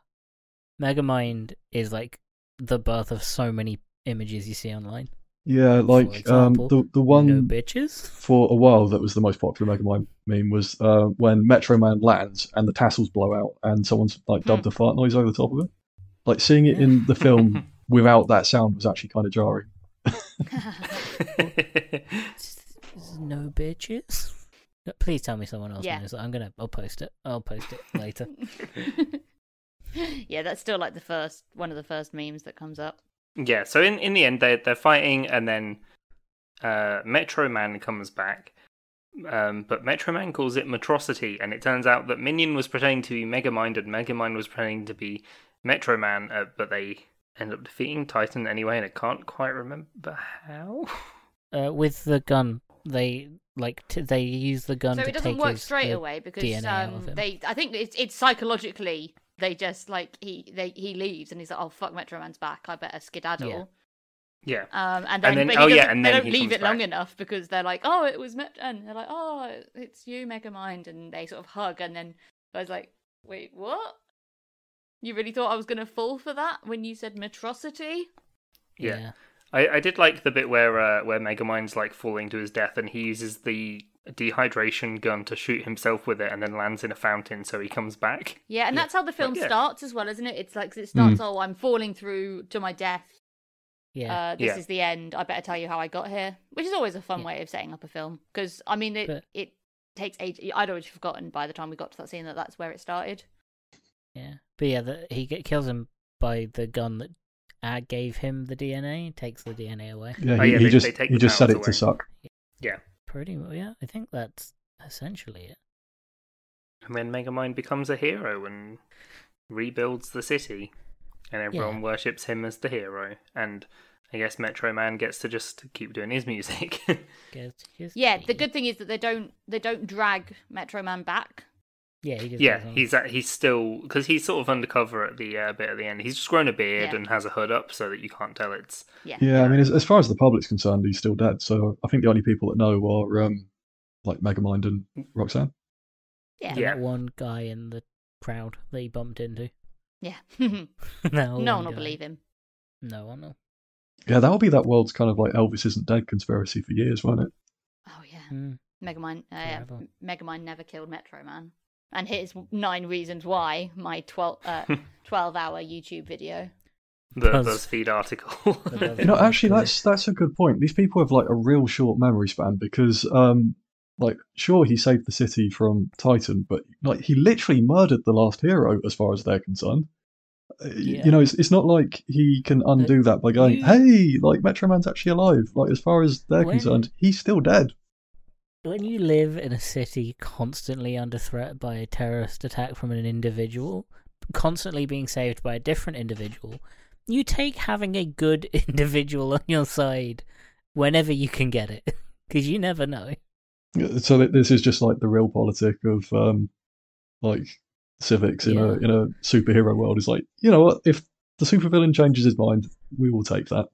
S3: Megamind is like the birth of so many images you see online.
S4: Yeah, like um,
S3: example,
S4: the the
S3: no
S4: one
S3: bitches.
S4: for a while that was the most popular Mega Mind meme was uh, when Metro Man lands and the tassels blow out and someone's like dubbed a fart noise over the top of it. Like seeing it in the film without that sound was actually kind of jarring.
S3: No bitches. No, Please tell me someone else
S2: Yeah.
S3: knows. I'm gonna. I'll post it. I'll post it later.
S2: yeah, that's still like the first one of the first memes that comes up.
S1: yeah. So in in the end, they they're fighting, and then uh Metro Man comes back. Um, but Metro Man calls it Metrocity, and it turns out that Minion was pretending to be Megamind, and Megamind was pretending to be Metro Man, uh, but they end up defeating Titan anyway, and I can't quite remember how.
S3: Uh, with the gun, they like t- they use the gun.
S2: So
S3: to
S2: it doesn't
S3: take
S2: work
S3: his-
S2: straight
S3: the
S2: away because
S3: DNA out of
S2: um,
S3: him.
S2: they. I think it's it's psychologically they just like he they he leaves and he's like oh fuck Metro Man's back I better skedaddle.
S3: Yeah.
S1: Yeah.
S2: Um, and then,
S1: then-
S2: but he
S1: oh, yeah,
S2: doesn't-
S1: and
S2: they
S1: then
S2: don't
S1: he
S2: leave
S1: comes
S2: it long
S1: back.
S2: enough because they're like, oh, it was Metro, and they're like, oh, it's you, Megamind, and they sort of hug, and then I was like, wait, what? You really thought I was going to fall for that when you said metrocity?
S1: Yeah. I, I did like the bit where uh, where Megamind's like falling to his death, and he uses the dehydration gun to shoot himself with it, and then lands in a fountain, so he comes back.
S2: Yeah, and that's how the film
S1: yeah.
S2: starts as well, isn't it? It's like 'cause it starts, oh, I'm falling through to my death.
S3: yeah.
S2: Uh, this
S1: Yeah.
S2: is the end. I better tell you how I got here, which is always a fun
S3: Yeah.
S2: way of setting up a film because I mean it
S3: But-
S2: it takes age. I'd already forgotten by the time we got to that scene that that's where it started.
S3: Yeah, but yeah, the, he get, kills him by the gun that uh, gave him the DNA. Takes the DNA
S2: Hmm.
S3: away.
S4: Yeah, he,
S1: Oh, yeah,
S4: he
S1: they-
S4: just
S1: they take
S4: he
S1: the
S4: just said it
S1: sounds
S4: to
S1: away.
S4: suck.
S3: Pretty well, yeah. I think that's essentially it.
S1: And then Megamind becomes a hero and rebuilds the city. And everyone
S3: Yeah.
S1: worships him as the hero. And I guess Metro Man gets to just keep doing his music.
S3: Goes to his
S2: Yeah, the
S3: knee.
S2: good thing is that they don't they don't drag Metro Man back.
S3: Yeah, he just
S1: yeah,
S3: goes on.
S1: he's at, he's still. Because he's sort of undercover at the uh, bit at the end. He's just grown a beard
S2: Yeah.
S1: and has a hood up so that you can't tell it's.
S2: Yeah,
S4: Yeah, I mean, as, as far as the public's concerned, he's still dead. So I think the only people that know are um, like Megamind and Roxanne.
S2: yeah,
S3: And
S1: Yeah.
S3: that one guy in the crowd that he bumped into.
S2: yeah.
S3: no,
S2: no one will believe him.
S3: No one will.
S4: Yeah, that'll be that world's kind of like Elvis isn't dead conspiracy for years, won't it?
S2: Oh yeah,
S3: Mm.
S2: Megamind. Uh, yeah.
S3: Forever.
S2: M- Megamind never killed Metro Man. And here's nine reasons why my 12, uh, 12 hour YouTube video.
S1: The
S3: Buzz-
S1: BuzzFeed article.
S3: Buzz-
S4: You know, actually,
S3: Yeah.
S4: that's that's a good point. These people have like a real short memory span because, um, like, sure he saved the city from Titan, but like he literally murdered the last hero as far as they're concerned. Uh, y-
S3: Yeah.
S4: You know, it's, it's not like he can undo that by going,
S3: you-
S4: "Hey, like Metro Man's actually alive." Like, as far as they're
S3: When-
S4: concerned, he's still dead.
S3: When you live in a city constantly under threat by a terrorist attack from an individual, constantly being saved by a different individual, you take having a good individual on your side whenever you can get it. Because you never know.
S4: Yeah, So th- this is just like the real politic of um, like civics in a
S3: Yeah.
S4: in a superhero world. Is like, you know what? If the supervillain changes his mind, we will take that.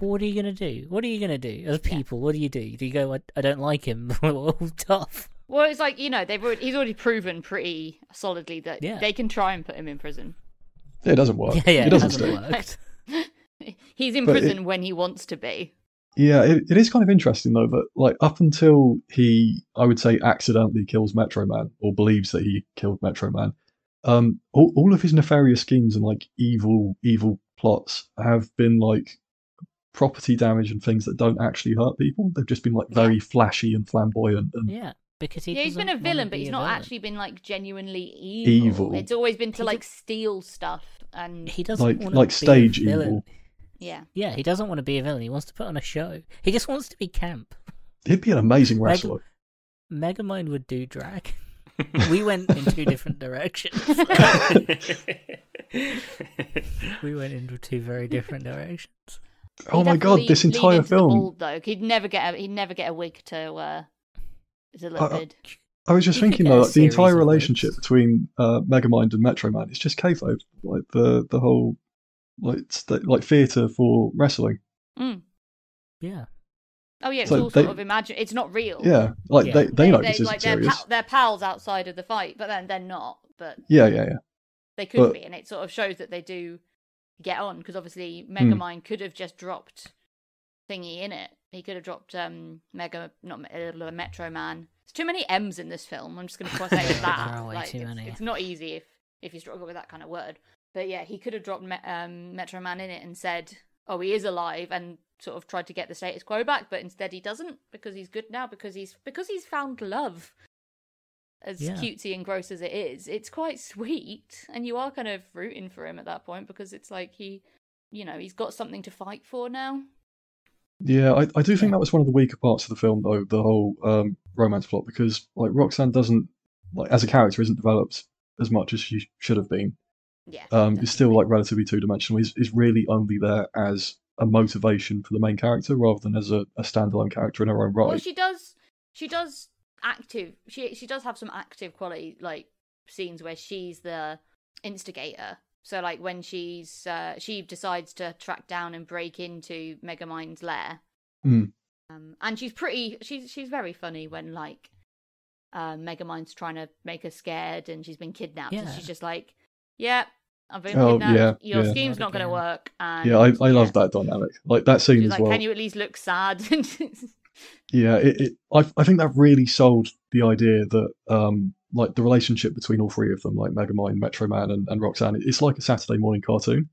S3: What are you going to do? What are you going to do? As people, what do you do? Do you go, I, I don't like him? oh, tough.
S2: Well, it's like you know they've already, he's already proven pretty solidly that
S3: Yeah.
S2: they can try and put him in prison.
S4: It doesn't work.
S3: Yeah, yeah,
S4: it doesn't
S3: hasn't
S4: stick.
S3: worked.
S2: He's in
S4: But it-
S2: prison when he wants to be.
S4: Yeah, it, it is kind of interesting though that like up until he, I would say, accidentally kills Metro Man or believes that he killed Metro Man, um, all, all of his nefarious schemes and like evil, evil plots have been like property damage and things that don't actually hurt people. They've just been like very flashy and flamboyant and
S3: Yeah, because he
S2: yeah, he's been
S3: doesn't
S2: a
S3: wanna
S2: villain, but
S3: be
S2: he's
S3: a
S2: not
S3: villain.
S2: actually been like genuinely evil.
S4: Evil.
S2: It's always been to
S3: He
S2: like
S3: does-
S2: steal stuff and
S3: He doesn't
S4: Like-
S3: wanna
S4: like
S3: be a
S4: stage
S3: villain.
S4: evil.
S2: yeah.
S3: Yeah, he doesn't want to be a villain. He wants to put on a show. He just wants to be camp.
S4: he'd be an amazing
S3: Meg-
S4: wrestler.
S3: Megamind would do drag. we went in two different directions. We went into two very different directions.
S4: oh
S2: He'd
S4: my
S2: have to
S4: god,
S2: lean-
S4: this
S2: lean
S4: entire
S2: into the
S4: film.
S2: bald, though, 'cause he'd never get a, he'd never get a wig to uh, to look
S4: I-
S2: good.
S4: I was just
S3: You could
S4: thinking
S3: get a
S4: though, like, the
S3: series
S4: entire
S3: of
S4: relationship
S3: words.
S4: between uh, Megamind and Metro Man is just kayfabe. Like the the whole like st- like theatre for wrestling.
S2: Mm.
S3: Yeah.
S2: Oh yeah, it's
S4: So
S2: all
S4: they-
S2: sort of imagine. It's not real.
S4: Yeah, like
S3: Yeah.
S4: they they, know this
S2: they,
S4: isn't
S2: like they're,
S4: serious.
S2: pal- they're pals outside of the fight, but then they're not. But
S4: Yeah, yeah, yeah.
S2: they could
S4: But-
S2: be, and it sort of shows that they do get on because obviously Megamind could have just dropped thingy in it. He could have dropped um Mega, not Me- uh, Metro Man. There's too many M's in this film. I'm just going to say
S3: Yeah,
S2: that.
S3: there are way
S2: Like,
S3: too
S2: it's,
S3: many.
S2: it's not easy if if you struggle with that kind of word. But yeah, he could have dropped Me- um, Metro Man in it and said, "Oh, he is alive," and sort of tried to get the status quo back. But instead, he doesn't because he's good now because he's because he's found love as
S3: Yeah.
S2: cutesy and gross as it is, it's quite sweet, and you are kind of rooting for him at that point because it's like he, you know, he's got something to fight for now.
S4: Yeah, I, I do think
S3: Yeah.
S4: that was one of the weaker parts of the film, though the whole um, romance plot, because like Roxanne doesn't like as a character isn't developed as much as she should have been.
S2: Yeah,
S4: Um, is still
S2: definitely.
S4: like relatively two dimensional. Is is really only there as a motivation for the main character rather than as a, a standalone character in her own right.
S2: Well, she does. She does active. She she does have some active quality like scenes where she's the instigator. So like when she's uh, she decides to track down and break into Megamind's lair.
S4: Hmm.
S2: Um, and she's pretty. She's she's very funny when like uh, Megamind's trying to make her scared and she's been kidnapped. And
S3: Yeah.
S2: she's just like, "Yeah, I've been
S4: Oh,
S2: kidnapped.
S4: yeah,
S2: Your
S4: yeah.
S2: scheme's
S3: Not
S2: not going to
S3: again.
S2: work." And
S4: yeah, I, I love that dynamic. Like that scene
S2: She's
S4: as
S2: like,
S4: well.
S2: "Can you at least look sad?"
S4: Yeah, it, it, I, I think that really sold the idea that um, like the relationship between all three of them, like Megamind, Metro Man, and, and Roxanne, it's like a Saturday morning cartoon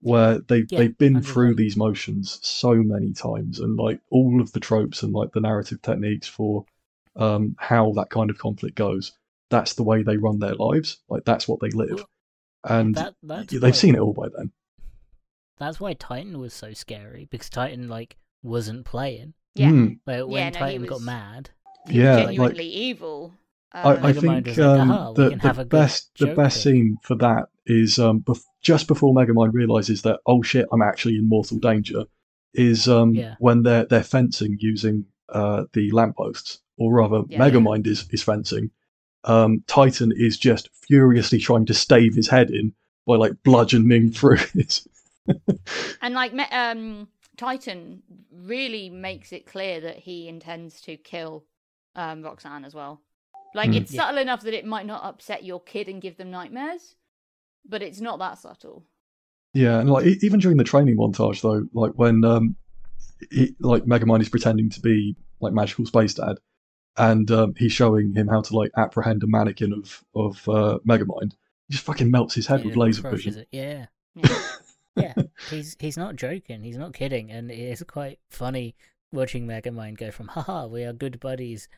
S4: where they
S3: Yeah,
S4: they've been
S3: 100%.
S4: through these motions so many times, and like all of the tropes and like the narrative techniques for um, how that kind of conflict goes. That's the way they run their lives. Like that's what they live,
S3: Well,
S4: and
S3: that, that's
S4: they've
S3: why-
S4: seen it all by then.
S3: That's why Titan was so scary because Titan like wasn't playing.
S2: yeah,
S4: Mm,
S3: Like when
S2: Yeah, no, he
S3: Titan got
S2: was-
S3: mad,
S2: he was
S4: yeah, like-
S2: genuinely evil. Um,
S4: I, I
S3: Megamind was
S4: think
S3: like,
S4: um,
S3: "Aha, we
S4: the,
S3: can
S4: the
S3: have a good
S4: best the
S3: joke
S4: best
S3: here."
S4: scene for that is um, bef- just before Megamind realizes that oh shit I'm actually in mortal danger is um,
S3: Yeah.
S4: when they're they're fencing using uh, the lampposts or rather
S2: Yeah.
S4: Megamind is is fencing. Um, Titan is just furiously trying to stave his head in by like bludgeoning through his.
S2: And like me- um, Titan really makes it clear that he intends to kill um, Roxanne as well. Like
S4: Hmm.
S2: it's
S3: Yeah.
S2: subtle enough that it might not upset your kid and give them nightmares, but it's not that subtle.
S4: Yeah, and like e- even during the training montage though, like when um, he, like Megamind is pretending to be like magical space dad, and um, he's showing him how to like apprehend a mannequin of of uh, Megamind. He just fucking melts his head
S3: Yeah,
S4: with laser
S3: crushes
S4: vision.
S3: it. Yeah,
S2: Yeah.
S3: yeah. he's he's not joking. He's not kidding, and it's quite funny watching Megamind go from "haha, we are good buddies,"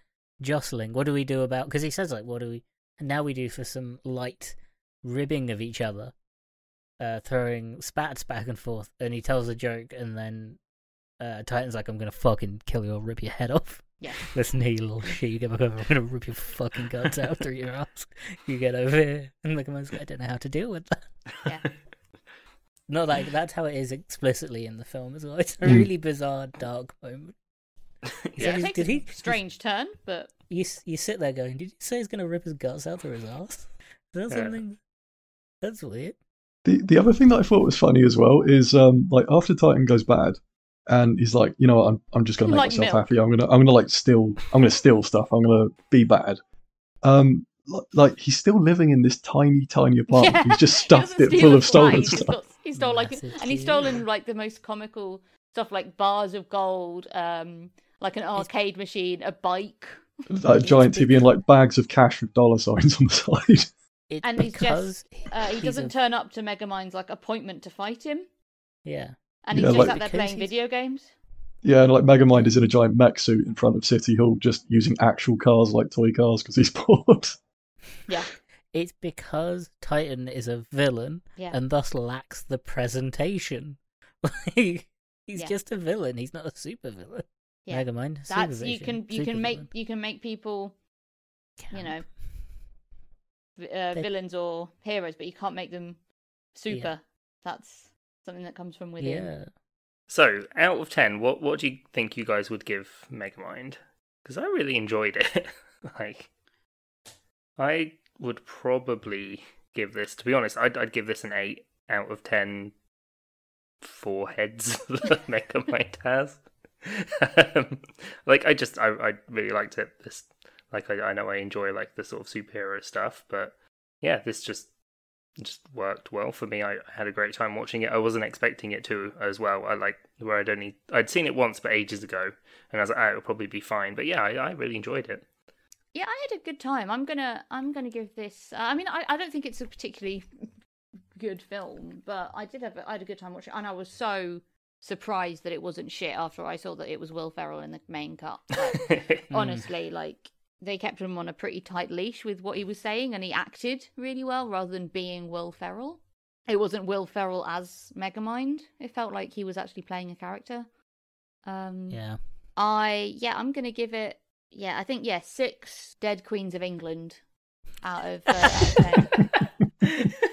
S3: jostling. What do we do about? Because he says like, "What do we?" And now we do for some light ribbing of each other, uh, throwing spats back and forth. And he tells a joke, and then uh, Titan's like, "I'm gonna fucking kill you. I'll rip your head off."
S2: Yeah.
S3: Listen here, you little shit. You get back over. I'm gonna rip your fucking guts out through your ass. You get over here. And Megamind's like, "I don't know how to deal with that."
S2: Yeah.
S3: Not like that's how it is explicitly in the film as well. It's a
S4: Mm.
S3: really bizarre, dark moment. He
S2: Yeah,
S3: said
S2: it
S3: he's-
S2: takes
S3: did he?
S2: a strange turn, but
S3: You s- you sit there going, did you say he's gonna rip his guts out through his ass? Is that
S1: Yeah.
S3: something? That's weird.
S4: The the other thing that I thought was funny as well is um, like after Titan goes bad, and he's like, you know, what, I'm I'm just gonna make
S2: Like
S4: myself
S2: milk.
S4: happy. I'm gonna I'm gonna like steal. I'm gonna steal stuff. I'm gonna be bad. Um, li- like he's still living in this tiny tiny apartment.
S2: Yeah,
S4: He's just
S2: he
S4: stuffed
S2: doesn't
S4: it
S2: steal
S4: full
S2: a
S4: of stolen
S2: fly, he
S4: stuff.
S2: just got- he stole like,
S3: Massive
S2: and he's
S3: steal.
S2: stolen like the most comical stuff like bars of gold, um, like an arcade machine, a bike,
S4: That
S3: It's
S4: giant TV and
S3: because-
S4: like bags of cash with dollar signs on the side.
S3: It's
S2: And he's
S3: because
S2: just- uh, he
S3: he's
S2: doesn't
S3: a-
S2: turn up to Megamind's like appointment to fight him,
S3: Yeah,
S2: and he's
S4: Yeah,
S2: just
S4: like-
S2: out there
S3: Because
S2: playing
S3: he's-
S2: video games.
S4: Yeah, and like Megamind is in a giant mech suit in front of City Hall, just using actual cars like toy cars because he's bored.
S2: Yeah,
S3: it's because Titan is a villain
S2: yeah.
S3: and thus lacks the presentation. Like, he's
S2: Yeah.
S3: just a villain. He's not a supervillain.
S2: Yeah.
S3: Never mind.
S2: That's you
S3: supervision,
S2: can you can make
S3: supervillain.
S2: you can make people you know
S3: Camp.
S2: v- uh,
S3: They-
S2: villains or heroes, but you can't make them super. That's something that comes from within.
S3: Yeah.
S1: So, out of ten, what what do you think you guys would give Megamind? Because I really enjoyed it. like, I would probably give this. To be honest, I'd, I'd give this an eight out of ten. Four heads that Megamind has. um, like, I just I, I really liked it. This like I, I know I enjoy like the sort of superhero stuff, but yeah, this just just worked well for me. I had a great time watching it. I wasn't expecting it to as well. I like where I'd only I'd seen it once, but ages ago, and I was like, oh, it'll probably be fine. But yeah, I, I really enjoyed it.
S2: Yeah, I had a good time. I'm gonna I'm gonna give this. Uh, I mean, I, I don't think it's a particularly good film, but I did have a, I had a good time watching, it, and I was so surprised that it wasn't shit after I saw that it was Will Ferrell in the main cut. Like,
S1: Hmm.
S2: honestly, like they kept him on a pretty tight leash with what he was saying, and he acted really well rather than being Will Ferrell. It wasn't Will Ferrell as Megamind. It felt like he was actually playing a character. Um,
S3: Yeah.
S2: I yeah, I'm gonna give it. Yeah, I think yeah, six dead queens of England out of. Uh, out of 10.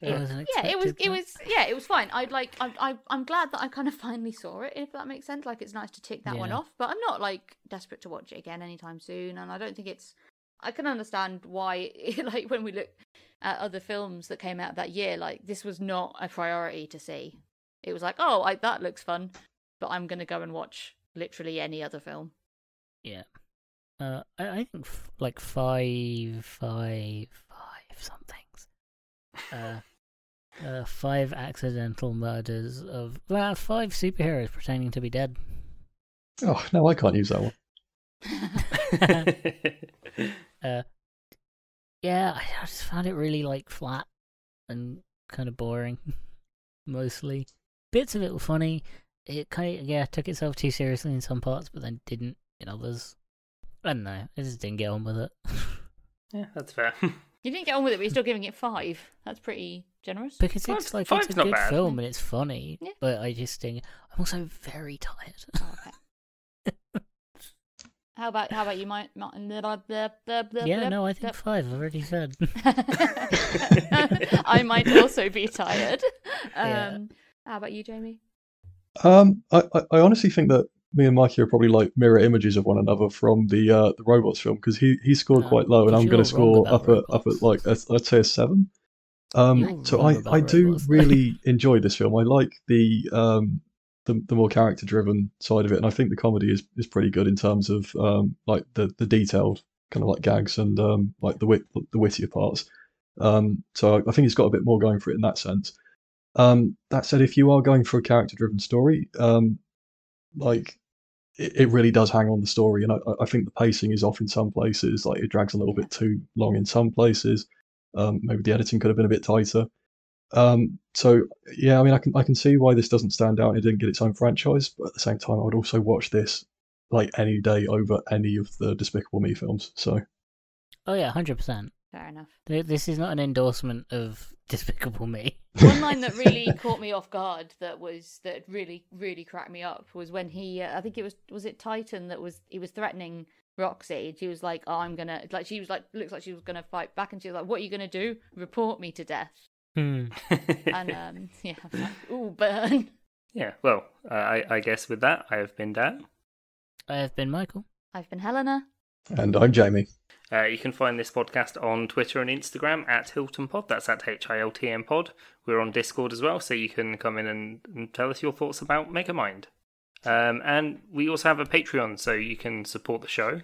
S3: It was an
S2: uh, yeah, it was
S3: expected
S2: it
S3: one.
S2: was yeah, it was fine. I'd like I, I I'm glad that I kind of finally saw it. If that makes sense, like it's nice to tick that one
S3: Yeah.
S2: off. But I'm not like desperate to watch it again anytime soon, and I don't think it's. I can understand why, like when we look at other films that came out that year, like this was not a priority to see. It was like, oh, I, that looks fun, but I'm gonna go and watch literally any other film.
S3: Yeah. Uh, I, I think f- like five, five, five somethings. Uh, uh, five accidental murders of well, five superheroes pretending to be dead.
S4: Oh no, I can't use that one.
S3: uh, yeah, I, I just found it really like flat and kind of boring, mostly. Bits of it were funny. It kind of yeah took itself too seriously in some parts, but then didn't in others. I don't know. I just didn't get on with it.
S1: yeah, that's fair.
S2: You didn't get on with it, but you're still giving it five. That's pretty generous.
S3: because
S1: Five's-
S3: it's like
S1: five's
S3: it's a
S1: not
S3: good
S1: bad.
S3: film and it's funny,
S2: Yeah.
S3: but I just think I'm also very tired.
S2: Oh, okay. how about how about you, Mike? Martin? Blah, blah, blah, blah, blah,
S3: yeah,
S2: blah,
S3: no, I think
S2: blah.
S3: five. I've already said.
S2: I might also be tired. Um,
S3: Yeah.
S2: How about you, Jamie?
S4: Um, I, I, I honestly think that me and Mikey are probably like mirror images of one another from the uh, the robots film because he he scored
S3: No,
S4: quite low and
S3: because
S4: I'm going to
S3: you're wrong
S4: score
S3: about
S4: up at up
S3: robots.
S4: at like a, I'd say a seven. Um,
S3: You're
S4: so
S3: wrong
S4: I,
S3: about
S4: I do
S3: robots.
S4: really enjoy this film. I like the um the, the more character driven side of it, and I think the comedy is, is pretty good in terms of um like the the detailed kind of like gags and um like the wit the wittier parts. Um, so I, I think it's got a bit more going for it in that sense. Um, that said, if you are going for a character-driven story, um, like it, it really does hang on the story, and I, I- I think the pacing is off in some places. Like it drags a little bit too long in some places. Um, maybe the editing could have been a bit tighter. Um, so yeah, I mean, I can I can see why this doesn't stand out. and It didn't get its own franchise, but at the same time, I would also watch this like any day over any of the Despicable Me films. So
S3: Oh yeah, hundred percent.
S2: Fair enough.
S3: This is not an endorsement of Despicable Me.
S2: One line that really caught me off guard, that was that really really cracked me up, was when he, uh, I think it was was it Titan that was he was threatening Roxy. and She was like, "Oh, I'm gonna like," she was like, looks like she was gonna fight back, and she was like, "What are you gonna do? Report me to death?"
S3: Hmm.
S2: and um, yeah, I'm like, ooh, burn.
S1: yeah. Well, uh, I I guess with that, I have been Dan.
S3: I have been Michael.
S2: I've been Helena.
S4: and I'm Jamie.
S1: Uh, you can find this podcast on Twitter and Instagram at Hilton Pod. That's at H I L T M Pod. We're on Discord as well, so you can come in and, and tell us your thoughts about Megamind. Um, and we also have a Patreon, so you can support the show.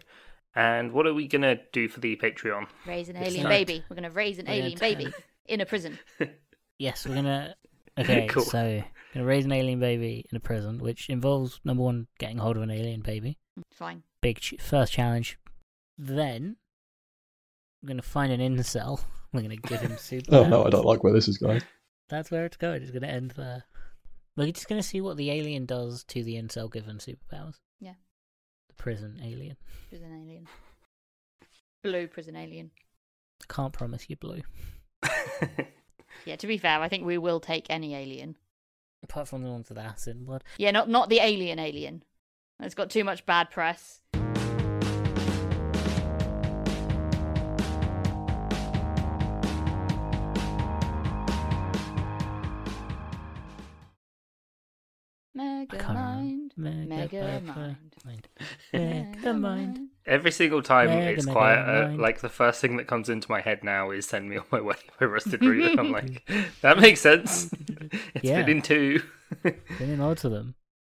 S1: And what are we going to do for the Patreon?
S2: Raise an
S3: It's
S2: alien
S3: not-
S2: baby. We're gonna raise an
S3: We're gonna
S2: alien
S3: turn-
S2: baby in a prison.
S3: Yes, we're gonna. Okay,
S1: Cool.
S3: so Gonna raise an alien baby in a prison, which involves number one getting hold of an alien baby.
S2: Mm, Fine.
S3: Big ch- first challenge. Then I'm gonna find an incel. I'm gonna give him super.
S4: Oh no, I don't like where this is going.
S3: That's where it's going. It's gonna end there. We're just gonna see what the alien does to the incel given superpowers.
S2: Yeah.
S3: The prison alien.
S2: Prison alien. Blue prison alien.
S3: Can't promise you blue.
S2: Yeah, to be fair, I think we will take any alien.
S3: Apart from the ones with acid and blood.
S2: Yeah, not not the alien alien. It's got too much bad press.
S3: I
S2: Mega
S3: can't
S2: mind.
S3: remember.
S2: Mega
S3: mind. Mega mind.
S1: Every single time
S3: Yeah,
S1: it's
S3: gonna go
S1: quieter,
S3: online.
S1: like the first thing that comes into my head now is "Send Me on My Way" by Rusted Root, and I'm like, that makes sense. It's
S3: Yeah.
S1: been in two.
S3: Been in odds of them.